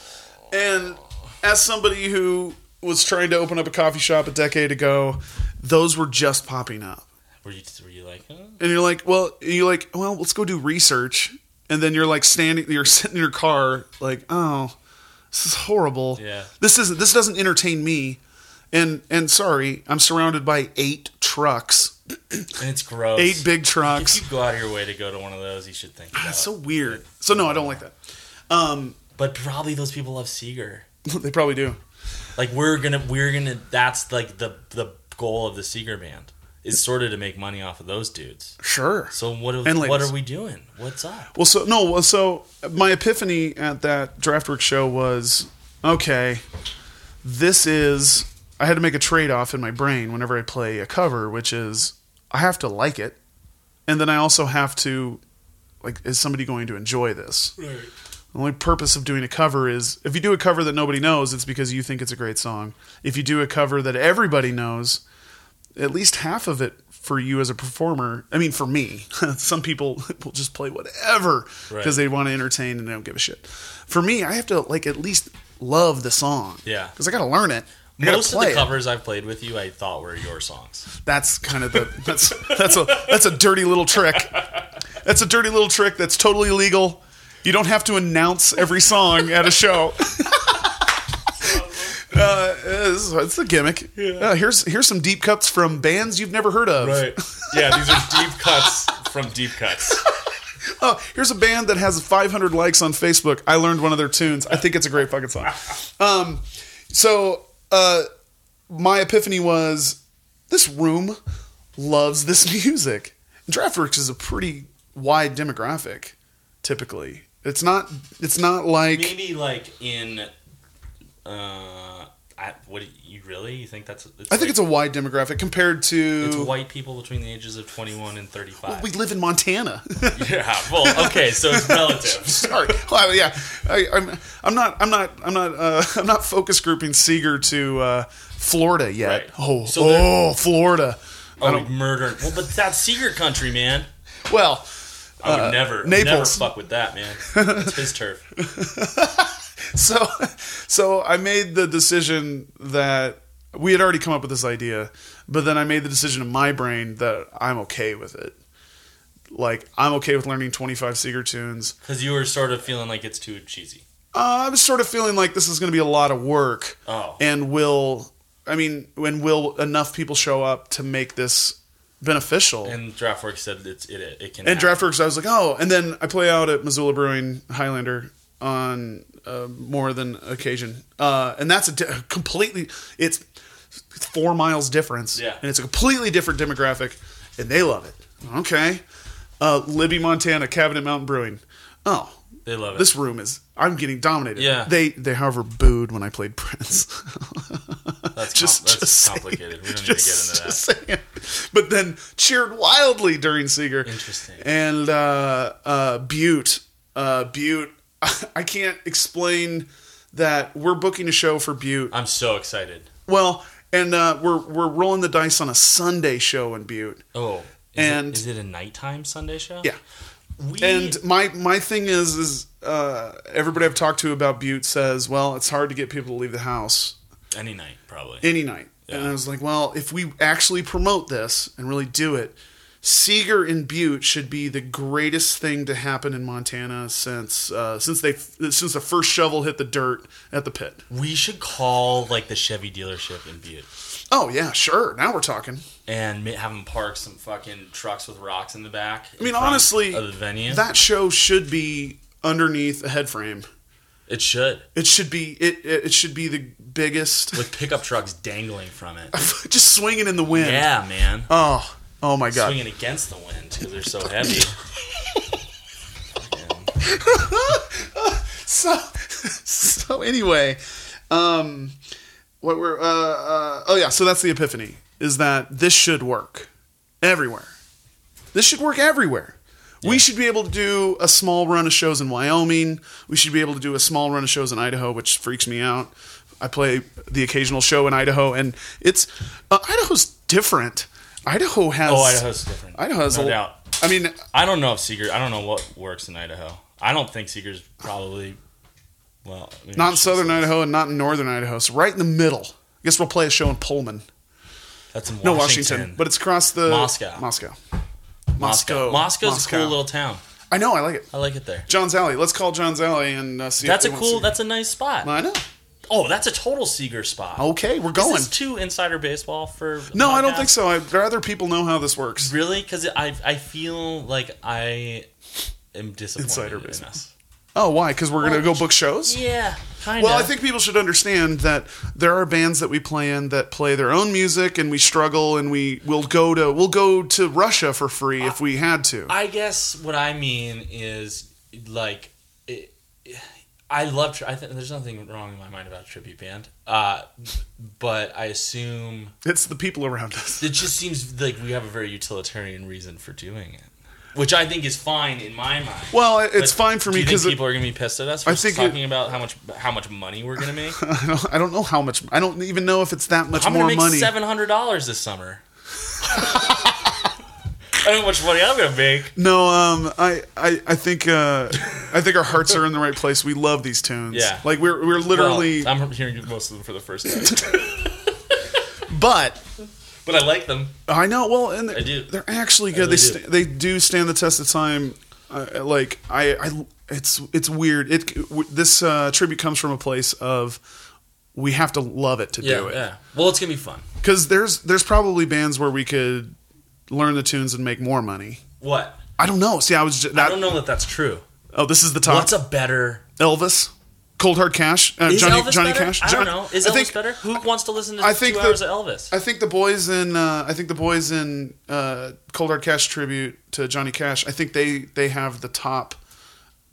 [SPEAKER 2] And as somebody who was trying to open up a coffee shop a decade ago, those were just popping up.
[SPEAKER 3] Were you, were you like, huh?
[SPEAKER 2] And you're like, well, you're like, well, let's go do research. And then you're like standing, you're sitting in your car, like, oh, this is horrible.
[SPEAKER 3] Yeah.
[SPEAKER 2] This isn't. This doesn't entertain me. And and sorry, I'm surrounded by eight trucks,
[SPEAKER 3] and it's gross.
[SPEAKER 2] eight big
[SPEAKER 3] If
[SPEAKER 2] trucks.
[SPEAKER 3] you go out of your way to go to one of those, you should think about
[SPEAKER 2] That's so
[SPEAKER 3] it.
[SPEAKER 2] weird. So no, I don't like that.
[SPEAKER 3] But probably those people love Seeger.
[SPEAKER 2] they probably do.
[SPEAKER 3] Like we're gonna, we're gonna. That's like the the goal of the Seeger band is sort of to make money off of those dudes.
[SPEAKER 2] Sure.
[SPEAKER 3] So what? Are,
[SPEAKER 2] And
[SPEAKER 3] what
[SPEAKER 2] ladies.
[SPEAKER 3] are we doing? What's up?
[SPEAKER 2] Well, so no, well, so my epiphany at that Draftwork show was okay. This is I had to make a trade off in my brain whenever I play a cover, which is I have to like it, and then I also have to like is somebody going to enjoy this? Right. The only purpose of doing a cover is if you do a cover that nobody knows, it's because you think it's a great song. If you do a cover that everybody knows, at least half of it for you as a performer. I mean, for me, some people will just play whatever
[SPEAKER 3] Right.
[SPEAKER 2] because they want to entertain and they don't give a shit. For me, I have to like at least love the song.
[SPEAKER 3] Yeah.
[SPEAKER 2] because I got to learn it. I gotta
[SPEAKER 3] Most of
[SPEAKER 2] play
[SPEAKER 3] the
[SPEAKER 2] it.
[SPEAKER 3] covers I've played with you, I thought were your songs.
[SPEAKER 2] That's kind of the that's that's a that's a dirty little trick. That's a dirty little trick that's totally illegal. You don't have to announce every song at a show. Uh, it's, it's a gimmick. Uh, here's here's some deep cuts from bands you've never heard of.
[SPEAKER 5] Yeah, these are deep cuts from deep cuts.
[SPEAKER 2] Oh, here's a band that has 500 likes on Facebook. I learned one of their tunes. I think it's a great fucking song. Um, so uh, my epiphany was this room loves this music. Draftworks is a pretty wide demographic. Typically, it's not. It's not like
[SPEAKER 3] Maybe like in, uh, I, what you really you think that's?
[SPEAKER 2] I think it's a wide demographic compared to.
[SPEAKER 3] it's white people between the ages of twenty one and thirty five.
[SPEAKER 2] we live in Montana.
[SPEAKER 3] yeah. Well, okay, so it's relative.
[SPEAKER 2] Sorry. Well, yeah, I, I'm. I'm not. I'm not. I'm not. Uh, I'm not focus grouping Seeger to uh, Florida yet.
[SPEAKER 3] Right.
[SPEAKER 2] Oh,
[SPEAKER 3] So
[SPEAKER 2] oh, Florida.
[SPEAKER 3] I would murder. Oh, Well, but that's secret country, man.
[SPEAKER 2] Well,
[SPEAKER 3] I would never, never
[SPEAKER 2] Uh, Naples.
[SPEAKER 3] fuck with that, man. It's his turf.
[SPEAKER 2] so so I made the decision that we had already come up with this idea, but then I made the decision in my brain that I'm okay with it. Like I'm okay with learning 25 Seeger tunes.
[SPEAKER 3] Because you were sort of feeling like it's too cheesy.
[SPEAKER 2] Uh, I was sort of feeling like this is going to be a lot of work.
[SPEAKER 3] Oh.
[SPEAKER 2] and will I mean when will enough people show up to make this beneficial? And,
[SPEAKER 3] And DraftWorks said it's it it can. happen.
[SPEAKER 2] DraftWorks, I was like, oh, and then I play out at Missoula Brewing Highlander on uh, more than occasion, uh, and that's a di- completely it's it's four miles difference,
[SPEAKER 3] Yeah.
[SPEAKER 2] and it's a completely different demographic, and they love it. Okay, uh, Libby, Montana, Cabinet Mountain Brewing. Oh,
[SPEAKER 3] they love it.
[SPEAKER 2] this room is I'm getting dominated.
[SPEAKER 3] Yeah.
[SPEAKER 2] They they however booed when I played Prince.
[SPEAKER 3] that's
[SPEAKER 2] just-
[SPEAKER 3] com- that's
[SPEAKER 2] just saying.
[SPEAKER 3] complicated. We don't need
[SPEAKER 2] just,
[SPEAKER 3] to get into that.
[SPEAKER 2] just saying. But then cheered wildly during Seeger.
[SPEAKER 3] Interesting.
[SPEAKER 2] And uh, uh, Butte, uh, Butte, I can't explain that we're booking a show for Butte.
[SPEAKER 3] I'm so excited.
[SPEAKER 2] Well, and uh, we're we're rolling the dice on a Sunday show in Butte.
[SPEAKER 3] Oh, is
[SPEAKER 2] And-
[SPEAKER 3] it, is it a nighttime Sunday show?
[SPEAKER 2] Yeah.
[SPEAKER 3] we,
[SPEAKER 2] And my my thing is is uh, everybody I've talked to about Butte says, well, it's hard to get people to leave the house
[SPEAKER 3] any night probably.
[SPEAKER 2] any night. And I was like, well, if we actually promote this and really do it, Seeger and Butte should be the greatest thing to happen in Montana since uh, since they since the first shovel hit the dirt at the pit.
[SPEAKER 3] we should call like the Chevy dealership in Butte
[SPEAKER 2] Oh yeah, sure. Now we're talking.
[SPEAKER 3] and ma- have them park some fucking trucks with rocks in the back.
[SPEAKER 2] I mean, honestly,
[SPEAKER 3] of the venue,
[SPEAKER 2] that show should be underneath a head frame.
[SPEAKER 3] it should
[SPEAKER 2] It should be it it it should be the biggest,
[SPEAKER 3] with pickup trucks dangling from it.
[SPEAKER 2] just swinging in the wind.
[SPEAKER 3] yeah, man.
[SPEAKER 2] Oh, oh my god.
[SPEAKER 3] swinging against the wind because they're so heavy.
[SPEAKER 2] so so anyway um what we're uh, uh oh yeah so that's the epiphany is that this should work everywhere this should work everywhere we should be able to do a small run of shows in wyoming we should be able to do a small run of shows in idaho which freaks me out i play the occasional show in idaho and it's uh, idaho's different Idaho has.
[SPEAKER 3] Oh, Idaho's different.
[SPEAKER 2] Idaho has
[SPEAKER 3] no
[SPEAKER 2] a
[SPEAKER 3] doubt.
[SPEAKER 2] I mean,
[SPEAKER 3] I don't know if Seeger. I don't know what works in Idaho. I don't think Seeger's probably. Well, maybe
[SPEAKER 2] not in
[SPEAKER 3] it's-
[SPEAKER 2] southern Idaho and not in northern Idaho. So right in the middle. I guess we'll play a show in Pullman.
[SPEAKER 3] That's in
[SPEAKER 2] No,
[SPEAKER 3] Washington.
[SPEAKER 2] Washington, but it's across the
[SPEAKER 3] Moscow.
[SPEAKER 2] Moscow.
[SPEAKER 3] Moscow. Moscow's a cool little town.
[SPEAKER 2] I know. I like it.
[SPEAKER 3] I like it there.
[SPEAKER 2] John's Alley. Let's call John's Alley and uh, see. if
[SPEAKER 3] That's
[SPEAKER 2] they
[SPEAKER 3] a
[SPEAKER 2] want
[SPEAKER 3] cool.
[SPEAKER 2] Seeger.
[SPEAKER 3] That's a nice spot.
[SPEAKER 2] I know.
[SPEAKER 3] Oh, that's a total Seeger spot.
[SPEAKER 2] Okay, we're
[SPEAKER 3] Is
[SPEAKER 2] going.
[SPEAKER 3] this too insider baseball for? the
[SPEAKER 2] no, I don't
[SPEAKER 3] podcast?
[SPEAKER 2] think so. I'd rather people know how this works.
[SPEAKER 3] Really? Because I I feel like I am disappointed.
[SPEAKER 2] Insider
[SPEAKER 3] in
[SPEAKER 2] baseball.
[SPEAKER 3] us.
[SPEAKER 2] Oh, why? Because we're going to
[SPEAKER 3] Well,
[SPEAKER 2] go book shows.
[SPEAKER 3] Yeah, kind of.
[SPEAKER 2] Well, I think people should understand that there are bands that we play in that play their own music, and we struggle, and we will go to we'll go to Russia for free if we had to.
[SPEAKER 3] I guess what I mean is like, it, I love. Tri- I think there's nothing wrong in my mind about a tribute band, uh, but I assume
[SPEAKER 2] It's the people around us.
[SPEAKER 3] it just seems like we have a very utilitarian reason for doing it, which I think is fine in my mind.
[SPEAKER 2] Well, it- it's
[SPEAKER 3] But
[SPEAKER 2] fine for
[SPEAKER 3] do
[SPEAKER 2] me
[SPEAKER 3] you think
[SPEAKER 2] because
[SPEAKER 3] people are gonna be pissed at us for
[SPEAKER 2] I think it-
[SPEAKER 3] talking about how much how much money we're gonna make.
[SPEAKER 2] I don't, I don't know how much. I don't even know if it's that much
[SPEAKER 3] I'm
[SPEAKER 2] more
[SPEAKER 3] gonna make
[SPEAKER 2] money.
[SPEAKER 3] seven hundred dollars this summer. I don't know how much money I'm gonna make.
[SPEAKER 2] No, um, I, I, I think, uh, I think our hearts are in the right place. We love these tunes.
[SPEAKER 3] Yeah.
[SPEAKER 2] like we're we're literally,
[SPEAKER 3] Well, I'm hearing most of them for the first time,
[SPEAKER 2] but
[SPEAKER 3] but I like them.
[SPEAKER 2] I know. Well, and
[SPEAKER 3] I do.
[SPEAKER 2] they're, they're actually good.
[SPEAKER 3] really
[SPEAKER 2] they
[SPEAKER 3] do.
[SPEAKER 2] sta- they do stand the test of time. Uh, like I, I, it's it's weird. It w- this uh, tribute comes from a place of we have to love it to do it.
[SPEAKER 3] yeah. Well, it's gonna be fun.
[SPEAKER 2] Because there's there's probably bands where we could learn the tunes and make more money.
[SPEAKER 3] What?
[SPEAKER 2] I don't know. See, I was just, that.
[SPEAKER 3] I don't know that that's true.
[SPEAKER 2] Oh, this is the top.
[SPEAKER 3] What's a better?
[SPEAKER 2] Elvis, Cold Hard Cash, uh,
[SPEAKER 3] Is
[SPEAKER 2] Johnny
[SPEAKER 3] Elvis
[SPEAKER 2] Johnny
[SPEAKER 3] better?
[SPEAKER 2] Cash.
[SPEAKER 3] I
[SPEAKER 2] John-
[SPEAKER 3] don't know. Is
[SPEAKER 2] I
[SPEAKER 3] Elvis
[SPEAKER 2] think-
[SPEAKER 3] better? Who wants to listen to
[SPEAKER 2] I think
[SPEAKER 3] two
[SPEAKER 2] the-
[SPEAKER 3] hours of Elvis?
[SPEAKER 2] I think the boys in uh, I think the boys in uh, Cold Hard Cash tribute to Johnny Cash. I think they they have the top,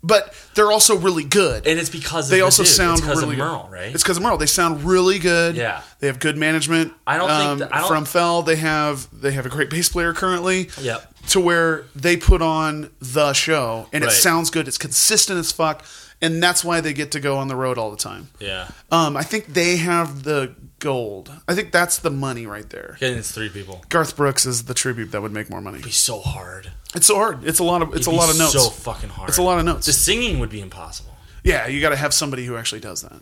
[SPEAKER 2] but they're also really good.
[SPEAKER 3] and it's because of
[SPEAKER 2] they
[SPEAKER 3] the
[SPEAKER 2] also
[SPEAKER 3] dude.
[SPEAKER 2] sound
[SPEAKER 3] it's 'cause
[SPEAKER 2] really
[SPEAKER 3] of Merle,
[SPEAKER 2] good.
[SPEAKER 3] right?
[SPEAKER 2] It's because of Merle. They sound really good.
[SPEAKER 3] Yeah.
[SPEAKER 2] they have good management. Um,
[SPEAKER 3] I don't think that- I don't-
[SPEAKER 2] from Fell. They have they have a great bass player currently.
[SPEAKER 3] Yep.
[SPEAKER 2] to where they put on the show and it
[SPEAKER 3] Right.
[SPEAKER 2] sounds good. It's consistent as fuck, and that's why they get to go on the road all the time.
[SPEAKER 3] yeah.
[SPEAKER 2] Um, I think they have the gold. I think that's the money right there.
[SPEAKER 3] And it's three people.
[SPEAKER 2] Garth Brooks is the tribute that would make more money.
[SPEAKER 3] It'd be so hard.
[SPEAKER 2] It's so hard. It's a lot of it's
[SPEAKER 3] It'd
[SPEAKER 2] a
[SPEAKER 3] be
[SPEAKER 2] lot of notes.
[SPEAKER 3] So fucking hard.
[SPEAKER 2] It's a lot of notes.
[SPEAKER 3] The singing would be impossible.
[SPEAKER 2] yeah, you got to have somebody who actually does that.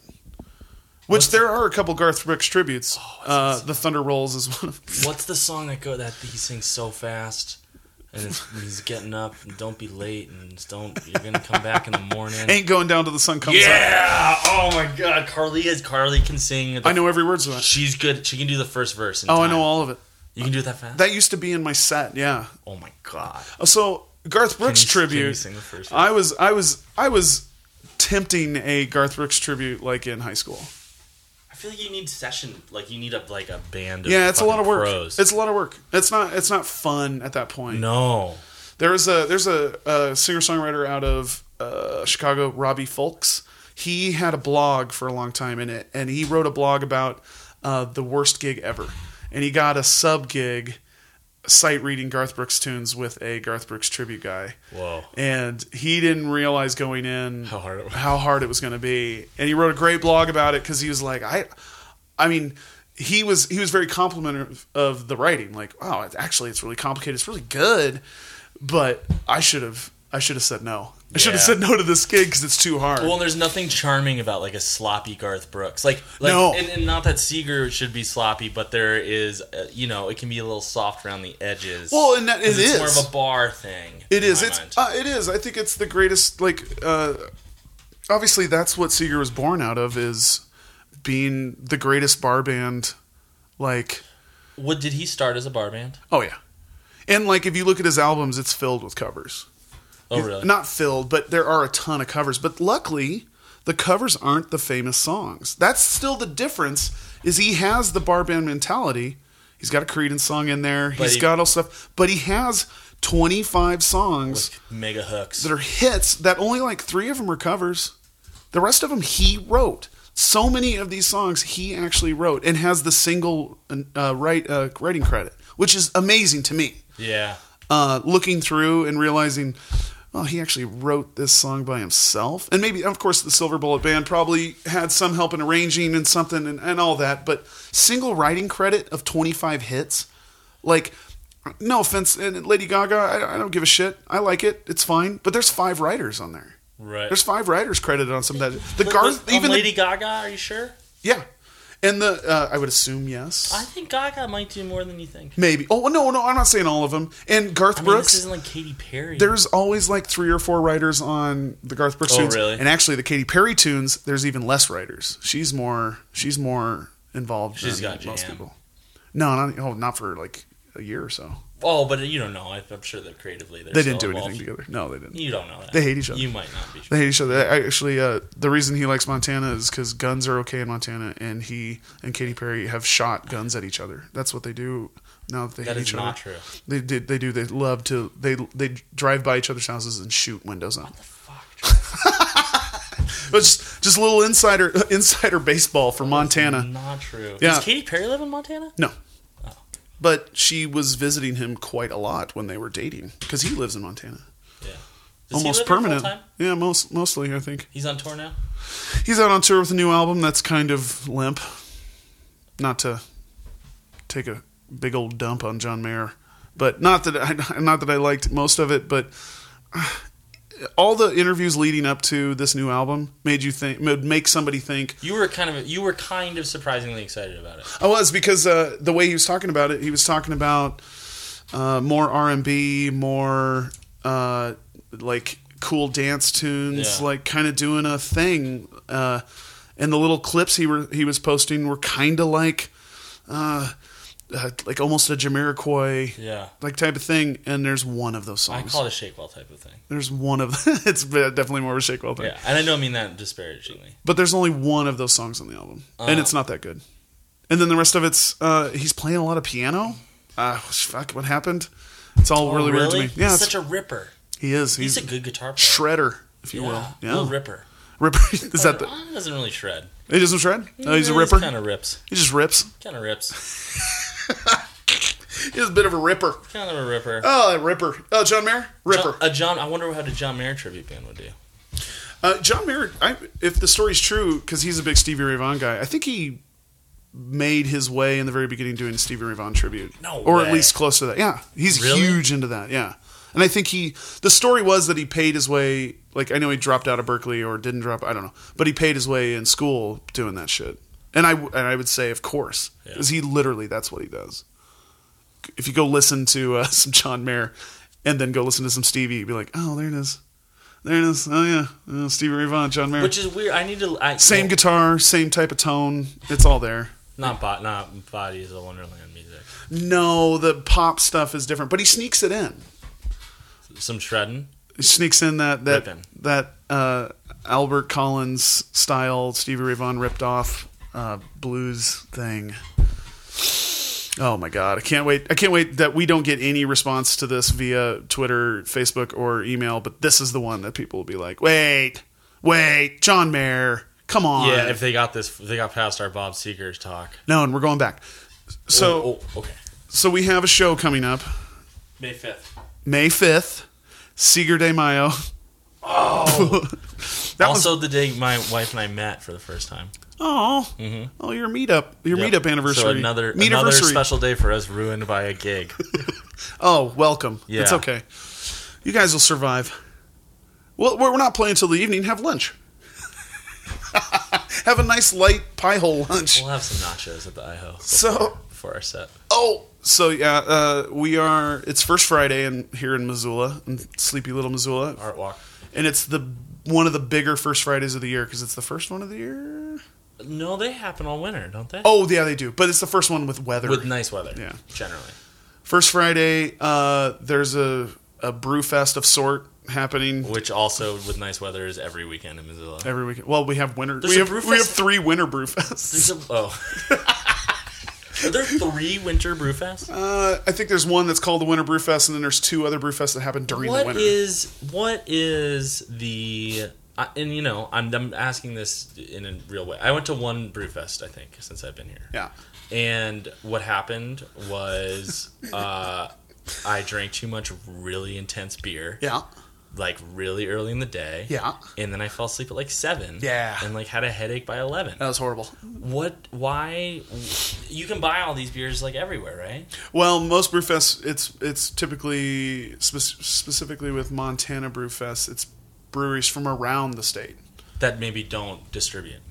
[SPEAKER 2] Which there are a couple Garth Brooks tributes.
[SPEAKER 3] Oh,
[SPEAKER 2] uh, the Thunder Rolls is one of them.
[SPEAKER 3] What's the song that go that he sings so fast? And it's, he's getting up and don't be late and just don't you're gonna come back in the morning.
[SPEAKER 2] Ain't going down to the sun comes up.
[SPEAKER 3] Yeah! Oh my god, Carly is Carly can sing. The,
[SPEAKER 2] I know every word to that.
[SPEAKER 3] she's good. She can do the first verse. in
[SPEAKER 2] Oh, I
[SPEAKER 3] time.
[SPEAKER 2] know all of it.
[SPEAKER 3] You can do it that fast.
[SPEAKER 2] That used to be in my set. Yeah. Uh,
[SPEAKER 3] oh my god.
[SPEAKER 2] So Garth Brooks
[SPEAKER 3] you-
[SPEAKER 2] Oh, tribute.
[SPEAKER 3] can you sing the first
[SPEAKER 2] I was I was I was tempting a Garth Brooks tribute like in high school.
[SPEAKER 3] I feel like you need session. Like you need a like a band. Of
[SPEAKER 2] Yeah, it's a lot
[SPEAKER 3] fucking
[SPEAKER 2] of work.
[SPEAKER 3] Pros.
[SPEAKER 2] It's a lot of work. It's not it's not fun at that point.
[SPEAKER 3] no.
[SPEAKER 2] There's a there's a, a singer songwriter out of uh, Chicago, Robbie Folks. He had a blog for a long time in it, and he wrote a blog about uh, the worst gig ever, and he got a sub gig sight reading Garth Brooks tunes with a Garth Brooks tribute guy.
[SPEAKER 3] Whoa.
[SPEAKER 2] And he didn't realize going in
[SPEAKER 3] How hard it was.
[SPEAKER 2] how hard it was going to be. And he wrote a great blog about it because he was like, I, I mean, he was he was very complimentary of, of the writing. Like, wow, it's actually it's really complicated. It's really good, but I should have I should have said no. I should have
[SPEAKER 3] Yeah.
[SPEAKER 2] said no to this gig because it's too hard.
[SPEAKER 3] Well, and there's nothing charming about like a sloppy Garth Brooks. Like, like
[SPEAKER 2] No.
[SPEAKER 3] and, and not that Seeger should be sloppy, but there is, uh, you know, it can be a little soft around the edges.
[SPEAKER 2] Well, and that-
[SPEAKER 3] 'Cause
[SPEAKER 2] it
[SPEAKER 3] it's
[SPEAKER 2] is.
[SPEAKER 3] more of a bar thing.
[SPEAKER 2] It
[SPEAKER 3] in
[SPEAKER 2] is.
[SPEAKER 3] my
[SPEAKER 2] It's
[SPEAKER 3] mind.
[SPEAKER 2] uh, it is. I think it's the greatest. Like, uh, obviously, that's what Seeger was born out of is being the greatest bar band. Like,
[SPEAKER 3] what did he start as a bar band?
[SPEAKER 2] oh yeah, and like if you look at his albums, it's filled with covers.
[SPEAKER 3] Oh, really?
[SPEAKER 2] Not filled, but there are a ton of covers. But luckily, the covers aren't the famous songs. That's still the difference. Is he has the bar band mentality. He's got a Creedence song in there. He's
[SPEAKER 3] he-
[SPEAKER 2] got all stuff, but he has twenty five songs
[SPEAKER 3] Mega hooks.
[SPEAKER 2] that are hits that only like three of them are covers. The rest of them he wrote. So many of these songs he actually wrote and has the single uh, write, uh, writing credit, which is amazing to me.
[SPEAKER 3] yeah.
[SPEAKER 2] Uh, looking through and realizing, oh, he actually wrote this song by himself. And maybe, of course, the Silver Bullet Band probably had some help in arranging and something and, and all that. But single writing credit of 25 hits, like No offense, and Lady Gaga, I, I don't give a shit. I like it. It's fine. But there's five writers on there.
[SPEAKER 3] Right.
[SPEAKER 2] There's five writers credited on some of that. The
[SPEAKER 3] But-
[SPEAKER 2] Garth,
[SPEAKER 3] but on
[SPEAKER 2] even the-
[SPEAKER 3] Lady Gaga, are you sure?
[SPEAKER 2] yeah, and the uh, I would assume yes,
[SPEAKER 3] I think Gaga might do more than you think.
[SPEAKER 2] maybe. Oh no, no, I'm not saying all of them. And Garth
[SPEAKER 3] I mean,
[SPEAKER 2] Brooks.
[SPEAKER 3] this isn't like Katy Perry.
[SPEAKER 2] there's always like three or four writers on the Garth Brooks
[SPEAKER 3] Oh,
[SPEAKER 2] tunes,
[SPEAKER 3] really?
[SPEAKER 2] and actually the Katy Perry tunes. There's even less writers. She's more. She's more involved
[SPEAKER 3] She's
[SPEAKER 2] than
[SPEAKER 3] got
[SPEAKER 2] most
[SPEAKER 3] jam.
[SPEAKER 2] people. No, not oh, not for like a year or so.
[SPEAKER 3] oh, but you don't know. I, I'm sure that creatively they're
[SPEAKER 2] They didn't
[SPEAKER 3] still
[SPEAKER 2] do
[SPEAKER 3] involved.
[SPEAKER 2] anything together. No, they didn't.
[SPEAKER 3] You don't know that.
[SPEAKER 2] They hate each other.
[SPEAKER 3] You might not be
[SPEAKER 2] They
[SPEAKER 3] sure.
[SPEAKER 2] hate each other. Actually, uh, the reason he likes Montana is because guns are okay in Montana, and he and Katy Perry have shot guns at each other. That's what they do now that they
[SPEAKER 3] That
[SPEAKER 2] hate
[SPEAKER 3] is
[SPEAKER 2] each other.
[SPEAKER 3] not true.
[SPEAKER 2] They did. They do. They love to. They they drive by each other's houses and shoot windows out. But just just a little insider insider baseball for Montana.
[SPEAKER 3] Not true.
[SPEAKER 2] Yeah.
[SPEAKER 3] Does Katy Perry live in Montana?
[SPEAKER 2] No, but she was visiting him quite a lot when they were dating because he lives in Montana,
[SPEAKER 3] Yeah. Does he
[SPEAKER 2] almost
[SPEAKER 3] live here full
[SPEAKER 2] permanent.
[SPEAKER 3] time?
[SPEAKER 2] Yeah, most mostly I think
[SPEAKER 3] He's on tour now.
[SPEAKER 2] he's out on tour with a new album that's kind of limp. Not to take a big old dump on John Mayer, but not that I not that I liked most of it, but uh, all the interviews leading up to this new album made you think would make somebody think
[SPEAKER 3] You were kind of you were kind of surprisingly excited about it.
[SPEAKER 2] I was because uh, the way he was talking about it, he was talking about uh, more R and B, more uh, like cool dance tunes,
[SPEAKER 3] Yeah.
[SPEAKER 2] like kind of doing a thing. Uh, and the little clips he were he was posting were kind of like, uh, uh, like almost a Jamiroquai
[SPEAKER 3] Yeah.
[SPEAKER 2] like type of thing. And there's one of those
[SPEAKER 3] I
[SPEAKER 2] songs.
[SPEAKER 3] call it a shake well type of thing.
[SPEAKER 2] there's one of it's definitely more of a Shake Well thing.
[SPEAKER 3] Yeah, and I don't mean that disparagingly.
[SPEAKER 2] But there's only one of those songs on the album, and
[SPEAKER 3] Uh.
[SPEAKER 2] it's not that good. And then the rest of it's uh, he's playing a lot of piano. Uh, fuck, what happened? It's all really, weird to me. Yeah,
[SPEAKER 3] Oh, he's
[SPEAKER 2] it's,
[SPEAKER 3] such a ripper.
[SPEAKER 2] he is. He's,
[SPEAKER 3] He's, a good guitar player.
[SPEAKER 2] shredder, if you
[SPEAKER 3] Yeah,
[SPEAKER 2] will.
[SPEAKER 3] Little
[SPEAKER 2] Yeah,
[SPEAKER 3] ripper.
[SPEAKER 2] ripper. is that the?
[SPEAKER 3] He doesn't really shred.
[SPEAKER 2] He doesn't shred. No, he's a ripper.
[SPEAKER 3] Kind of rips.
[SPEAKER 2] He just rips.
[SPEAKER 3] Kind of rips.
[SPEAKER 2] He's a bit of a ripper.
[SPEAKER 3] Kind of a ripper.
[SPEAKER 2] Oh, that ripper. Oh, John Mayer, ripper.
[SPEAKER 3] John, a John. I wonder how the John Mayer tribute band would do.
[SPEAKER 2] Uh, John Mayer, I, if the story's true, because he's a big Stevie Ray Vaughan guy, I think he made his way in the very beginning doing a Stevie Ray Vaughan tribute.
[SPEAKER 3] No
[SPEAKER 2] or at
[SPEAKER 3] way.
[SPEAKER 2] least close to that. Yeah, he's
[SPEAKER 3] Really?
[SPEAKER 2] huge into that. Yeah, and I think he. The story was that he paid his way. Like I know he dropped out of Berkeley or didn't drop. I don't know, but he paid his way in school doing that shit. And I w- and I would say, of course,
[SPEAKER 3] Yeah.
[SPEAKER 2] because he literally that's what he does. If you go listen to uh, some John Mayer, and then go listen to some Stevie, you'd be like, oh, there it is. There it is. Oh yeah, uh, Stevie Ray Vaughan, John Mayer.
[SPEAKER 3] Which is weird. I need to. I,
[SPEAKER 2] same
[SPEAKER 3] well,
[SPEAKER 2] guitar, same type of tone. It's all there.
[SPEAKER 3] Not bo- not bodies of Wonderland music.
[SPEAKER 2] No, the pop stuff is different, but he sneaks it in.
[SPEAKER 3] Some shredding.
[SPEAKER 2] He sneaks in that that
[SPEAKER 3] Rippin'.
[SPEAKER 2] that uh, Albert Collins style Stevie Ray Vaughan ripped off uh, blues thing. Oh my god, I can't wait! I can't wait that we don't get any response to this via Twitter, Facebook, or email. But this is the one that people will be like, "Wait, wait, John Mayer, come on!"
[SPEAKER 3] Yeah, if they got this, if they got past our Bob Seekers talk.
[SPEAKER 2] no, and we're going back. So,
[SPEAKER 3] oh, oh, okay,
[SPEAKER 2] so we have a show coming up
[SPEAKER 3] May fifth.
[SPEAKER 2] May fifth, Seeger de Mayo. That was-
[SPEAKER 3] Also, the day my wife and I met for the first time.
[SPEAKER 2] Oh, oh, your meetup, your
[SPEAKER 3] Mm-hmm. Yep.
[SPEAKER 2] meetup anniversary,
[SPEAKER 3] So another another
[SPEAKER 2] Meetiversary.
[SPEAKER 3] special day for us, ruined by a gig.
[SPEAKER 2] Oh, welcome.
[SPEAKER 3] Yeah.
[SPEAKER 2] It's okay. You guys will survive. Well, we're we're not playing till the evening. Have lunch. Have a nice light pie hole lunch.
[SPEAKER 3] we'll have some nachos at the IHO. Before,
[SPEAKER 2] So-
[SPEAKER 3] before our set,
[SPEAKER 2] Oh, so yeah, uh, we are. It's first Friday in here in Missoula, in sleepy little Missoula,
[SPEAKER 3] art walk.
[SPEAKER 2] and it's the one of the bigger first Fridays of the year because it's the first one of the year.
[SPEAKER 3] No, they happen all winter, don't they?
[SPEAKER 2] Oh, yeah, they do, but it's the first one with weather.
[SPEAKER 3] with nice weather.
[SPEAKER 2] Yeah.
[SPEAKER 3] generally.
[SPEAKER 2] First Friday, uh, there's a, a brew fest of sort happening
[SPEAKER 3] Which also with nice weather is every weekend in Missoula.
[SPEAKER 2] every weekend. Well, we have winter.
[SPEAKER 3] There's
[SPEAKER 2] we
[SPEAKER 3] a
[SPEAKER 2] have
[SPEAKER 3] brew
[SPEAKER 2] we have
[SPEAKER 3] fest-
[SPEAKER 2] three winter brew fests.
[SPEAKER 3] There's a, oh. Are there three winter brew fests?
[SPEAKER 2] Uh, I think there's one that's called the Winter Brew Fest, and then there's two other brew fests that happen during the
[SPEAKER 3] What
[SPEAKER 2] winter.
[SPEAKER 3] is what is the I, and you know I'm, I'm asking this in a real way. I went to one brewfest I think since I've been here.
[SPEAKER 2] yeah,
[SPEAKER 3] And what happened was uh, I drank too much really intense beer.
[SPEAKER 2] yeah.
[SPEAKER 3] like really early in the day.
[SPEAKER 2] Yeah.
[SPEAKER 3] And then I fell asleep at like seven.
[SPEAKER 2] Yeah.
[SPEAKER 3] And like had a headache by eleven.
[SPEAKER 2] That was horrible.
[SPEAKER 3] What? Why? You can buy all these beers like everywhere, right?
[SPEAKER 2] Well, most brewfests, it's it's typically spe- specifically with Montana brewfests, it's breweries from around the state.
[SPEAKER 3] That maybe don't distribute.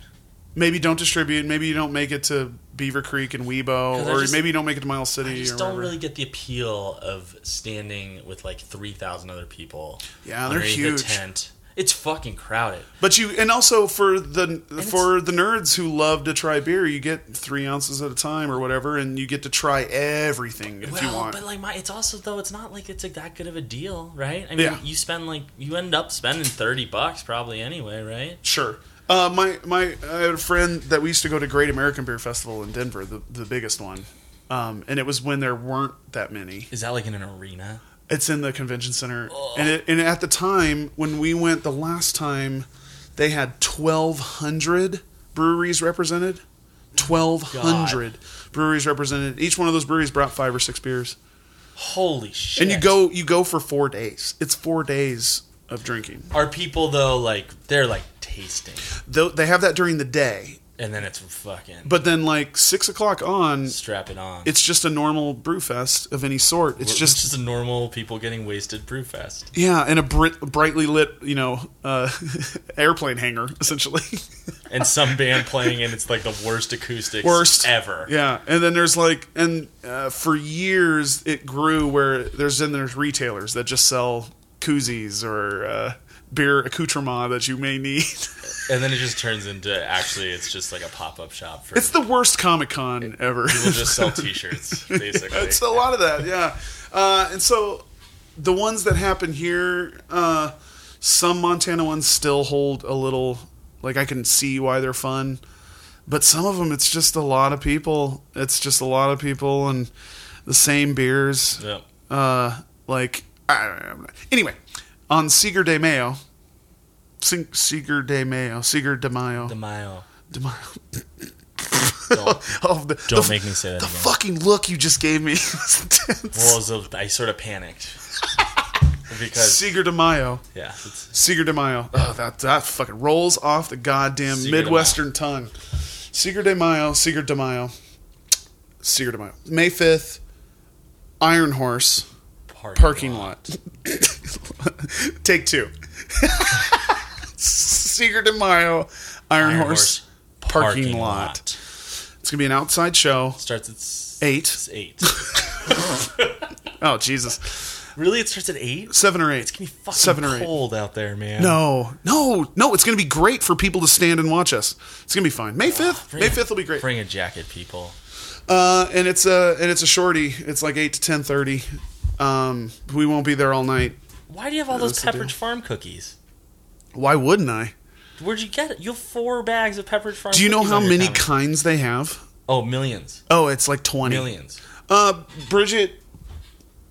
[SPEAKER 2] Maybe don't distribute. Maybe you don't make it to Beaver Creek and
[SPEAKER 3] 'Cause
[SPEAKER 2] Weibo,
[SPEAKER 3] I
[SPEAKER 2] or
[SPEAKER 3] just-
[SPEAKER 2] maybe you don't make it to Miles City.
[SPEAKER 3] I just
[SPEAKER 2] or
[SPEAKER 3] don't
[SPEAKER 2] wherever.
[SPEAKER 3] really get the appeal of standing with like three thousand other people.
[SPEAKER 2] Yeah, they're
[SPEAKER 3] underneath a
[SPEAKER 2] huge.
[SPEAKER 3] tent. It's fucking crowded.
[SPEAKER 2] But you, and also for the
[SPEAKER 3] it's-
[SPEAKER 2] for the nerds who love to try beer, you get three ounces at a time or whatever, and you get to try everything if
[SPEAKER 3] well,
[SPEAKER 2] you want.
[SPEAKER 3] but like my, it's also though it's not like it's like that good of a deal, right? I mean,
[SPEAKER 2] Yeah.
[SPEAKER 3] you spend like you end up spending thirty bucks probably anyway, right?
[SPEAKER 2] Sure. Uh, my my I had a friend that we used to go to Great American Beer Festival in Denver, the the biggest one, um, and it was when there weren't that many.
[SPEAKER 3] Is that like in an arena?
[SPEAKER 2] It's in the convention center, and it, and at the time when we went the last time, they had twelve hundred breweries represented. Twelve hundred breweries represented. Each one of those breweries brought five or six beers,
[SPEAKER 3] Holy shit!
[SPEAKER 2] and you go you go for four days. It's four days of drinking.
[SPEAKER 3] Are people though like they're like tasting,
[SPEAKER 2] Though they have that during the day,
[SPEAKER 3] and then it's fucking
[SPEAKER 2] but then like six o'clock on,
[SPEAKER 3] strap it on.
[SPEAKER 2] it's just a normal brew fest of any sort. It's
[SPEAKER 3] We're-
[SPEAKER 2] just,
[SPEAKER 3] a normal people getting wasted brew fest.
[SPEAKER 2] yeah, in a brit- brightly lit, you know, uh, airplane hangar essentially.
[SPEAKER 3] and some band playing and it's like the worst acoustics
[SPEAKER 2] Worst
[SPEAKER 3] ever.
[SPEAKER 2] yeah, and then there's like, and uh, for years it grew where there's then there's retailers that just sell koozies or uh, beer accoutrement that you may need.
[SPEAKER 3] And then it just turns into actually it's just like a pop up shop for
[SPEAKER 2] It's the worst Comic Con ever.
[SPEAKER 3] people just sell t shirts, basically.
[SPEAKER 2] it's a lot of that, yeah. Uh, and so the ones that happen here, uh, some Montana ones still hold a little, like I can see why they're fun, but some of them it's just a lot of people. It's just a lot of people and the same beers.
[SPEAKER 3] Yep.
[SPEAKER 2] Uh, like I don't know. Anyway, on Seeger de Mayo, Sing- Seeger de Mayo, Seeger de Mayo,
[SPEAKER 3] The mile.
[SPEAKER 2] de Mayo.
[SPEAKER 3] Don't,
[SPEAKER 2] Oh, the,
[SPEAKER 3] don't
[SPEAKER 2] the,
[SPEAKER 3] make me say that
[SPEAKER 2] the
[SPEAKER 3] again.
[SPEAKER 2] fucking look you just gave me. was intense.
[SPEAKER 3] Well, it was a- I sort of panicked. because,
[SPEAKER 2] Seeger de Mayo.
[SPEAKER 3] yeah, it's,
[SPEAKER 2] Seeger de Mayo. Oh, that that fucking rolls off the goddamn
[SPEAKER 3] Seeger de
[SPEAKER 2] Midwestern tongue. Seeger de Mayo, Seeger de Mayo, Seeger de Mayo. May 5th, Iron Horse
[SPEAKER 3] parking,
[SPEAKER 2] parking lot. Take two. Seeger de Mayo, Iron,
[SPEAKER 3] Iron
[SPEAKER 2] Horse.
[SPEAKER 3] Horse
[SPEAKER 2] parking lot. It's going to be an outside show.
[SPEAKER 3] Starts at s-
[SPEAKER 2] Eight.
[SPEAKER 3] It's eight.
[SPEAKER 2] Oh, Jesus.
[SPEAKER 3] really? It starts at eight? It's
[SPEAKER 2] Seven or eight.
[SPEAKER 3] gonna be fucking
[SPEAKER 2] Seven or eight.
[SPEAKER 3] cold out there, man.
[SPEAKER 2] No, no, no. It's going to be great for people to stand and watch us. It's going to be fine. May 5th.
[SPEAKER 3] Bring
[SPEAKER 2] May
[SPEAKER 3] a-
[SPEAKER 2] 5th will be Oh, great.
[SPEAKER 3] Bring a jacket, people.
[SPEAKER 2] Uh, and it's a and it's a shorty. It's like eight to ten thirty. Um, we won't be there all night.
[SPEAKER 3] Why do you have all
[SPEAKER 2] that's
[SPEAKER 3] those
[SPEAKER 2] the deal.
[SPEAKER 3] Pepperidge Farm cookies?
[SPEAKER 2] Why wouldn't I?
[SPEAKER 3] Where'd you get it? You have four bags of Pepperidge Farm.
[SPEAKER 2] Do you know
[SPEAKER 3] cookies
[SPEAKER 2] how
[SPEAKER 3] on your
[SPEAKER 2] many
[SPEAKER 3] counter.
[SPEAKER 2] kinds they have?
[SPEAKER 3] oh, millions,
[SPEAKER 2] Oh, it's like twenty.
[SPEAKER 3] millions.
[SPEAKER 2] Uh, Bridget.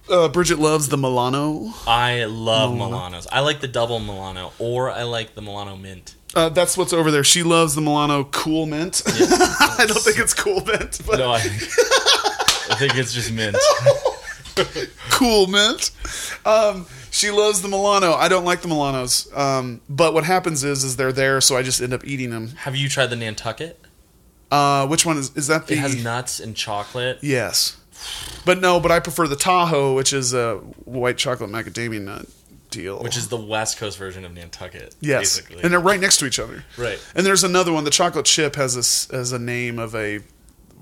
[SPEAKER 2] Uh, Bridget loves the Milano.
[SPEAKER 3] I love Milanos. I like the double Milano, or I like the Milano mint.
[SPEAKER 2] Uh, that's what's over there. She loves the Milano Cool Mint. I don't think it's Cool Mint, but
[SPEAKER 3] No, I, I think it's just mint.
[SPEAKER 2] cool mint. Um, she loves the Milano. I don't like the Milanos. Um, but what happens is, is they're there, so I just end up eating them.
[SPEAKER 3] Have you tried the Nantucket?
[SPEAKER 2] Uh, which one is is that the?
[SPEAKER 3] It has nuts and chocolate.
[SPEAKER 2] yes, but no. But I prefer the Tahoe, which is a white chocolate macadamia nut deal.
[SPEAKER 3] Which is the West Coast version of Nantucket,
[SPEAKER 2] yes,
[SPEAKER 3] basically.
[SPEAKER 2] and they're right next to each other.
[SPEAKER 3] Right.
[SPEAKER 2] And there's another one. The chocolate chip has a s- has a name of a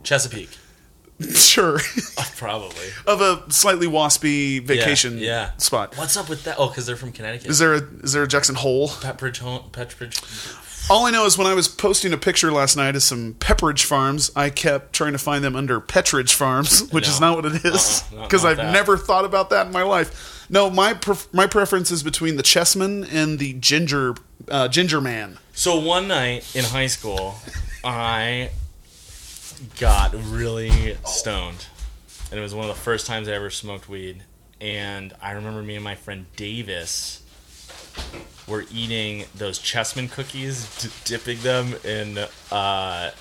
[SPEAKER 3] Chesapeake,
[SPEAKER 2] sure
[SPEAKER 3] Uh, probably.
[SPEAKER 2] of a slightly waspy vacation
[SPEAKER 3] yeah.
[SPEAKER 2] spot.
[SPEAKER 3] What's up with that? Oh, because they're from Connecticut.
[SPEAKER 2] Is there a is there a Jackson Hole?
[SPEAKER 3] Pepperidge, Ho- Pepperidge.
[SPEAKER 2] All I know is when I was posting a picture last night of some Pepperidge Farms, I kept trying to find them under Petridge Farms, which is
[SPEAKER 3] No.
[SPEAKER 2] not what it is
[SPEAKER 3] Uh-uh, not-
[SPEAKER 2] because
[SPEAKER 3] not
[SPEAKER 2] I've
[SPEAKER 3] that.
[SPEAKER 2] never thought about that in my life. No, my pref- my preference is between the Chessman and the Ginger uh, Ginger Man.
[SPEAKER 3] So one night in high school, I got really stoned. And it was one of the first times I ever smoked weed. And I remember me and my friend Davis were eating those Chessman cookies, d- dipping them in uh,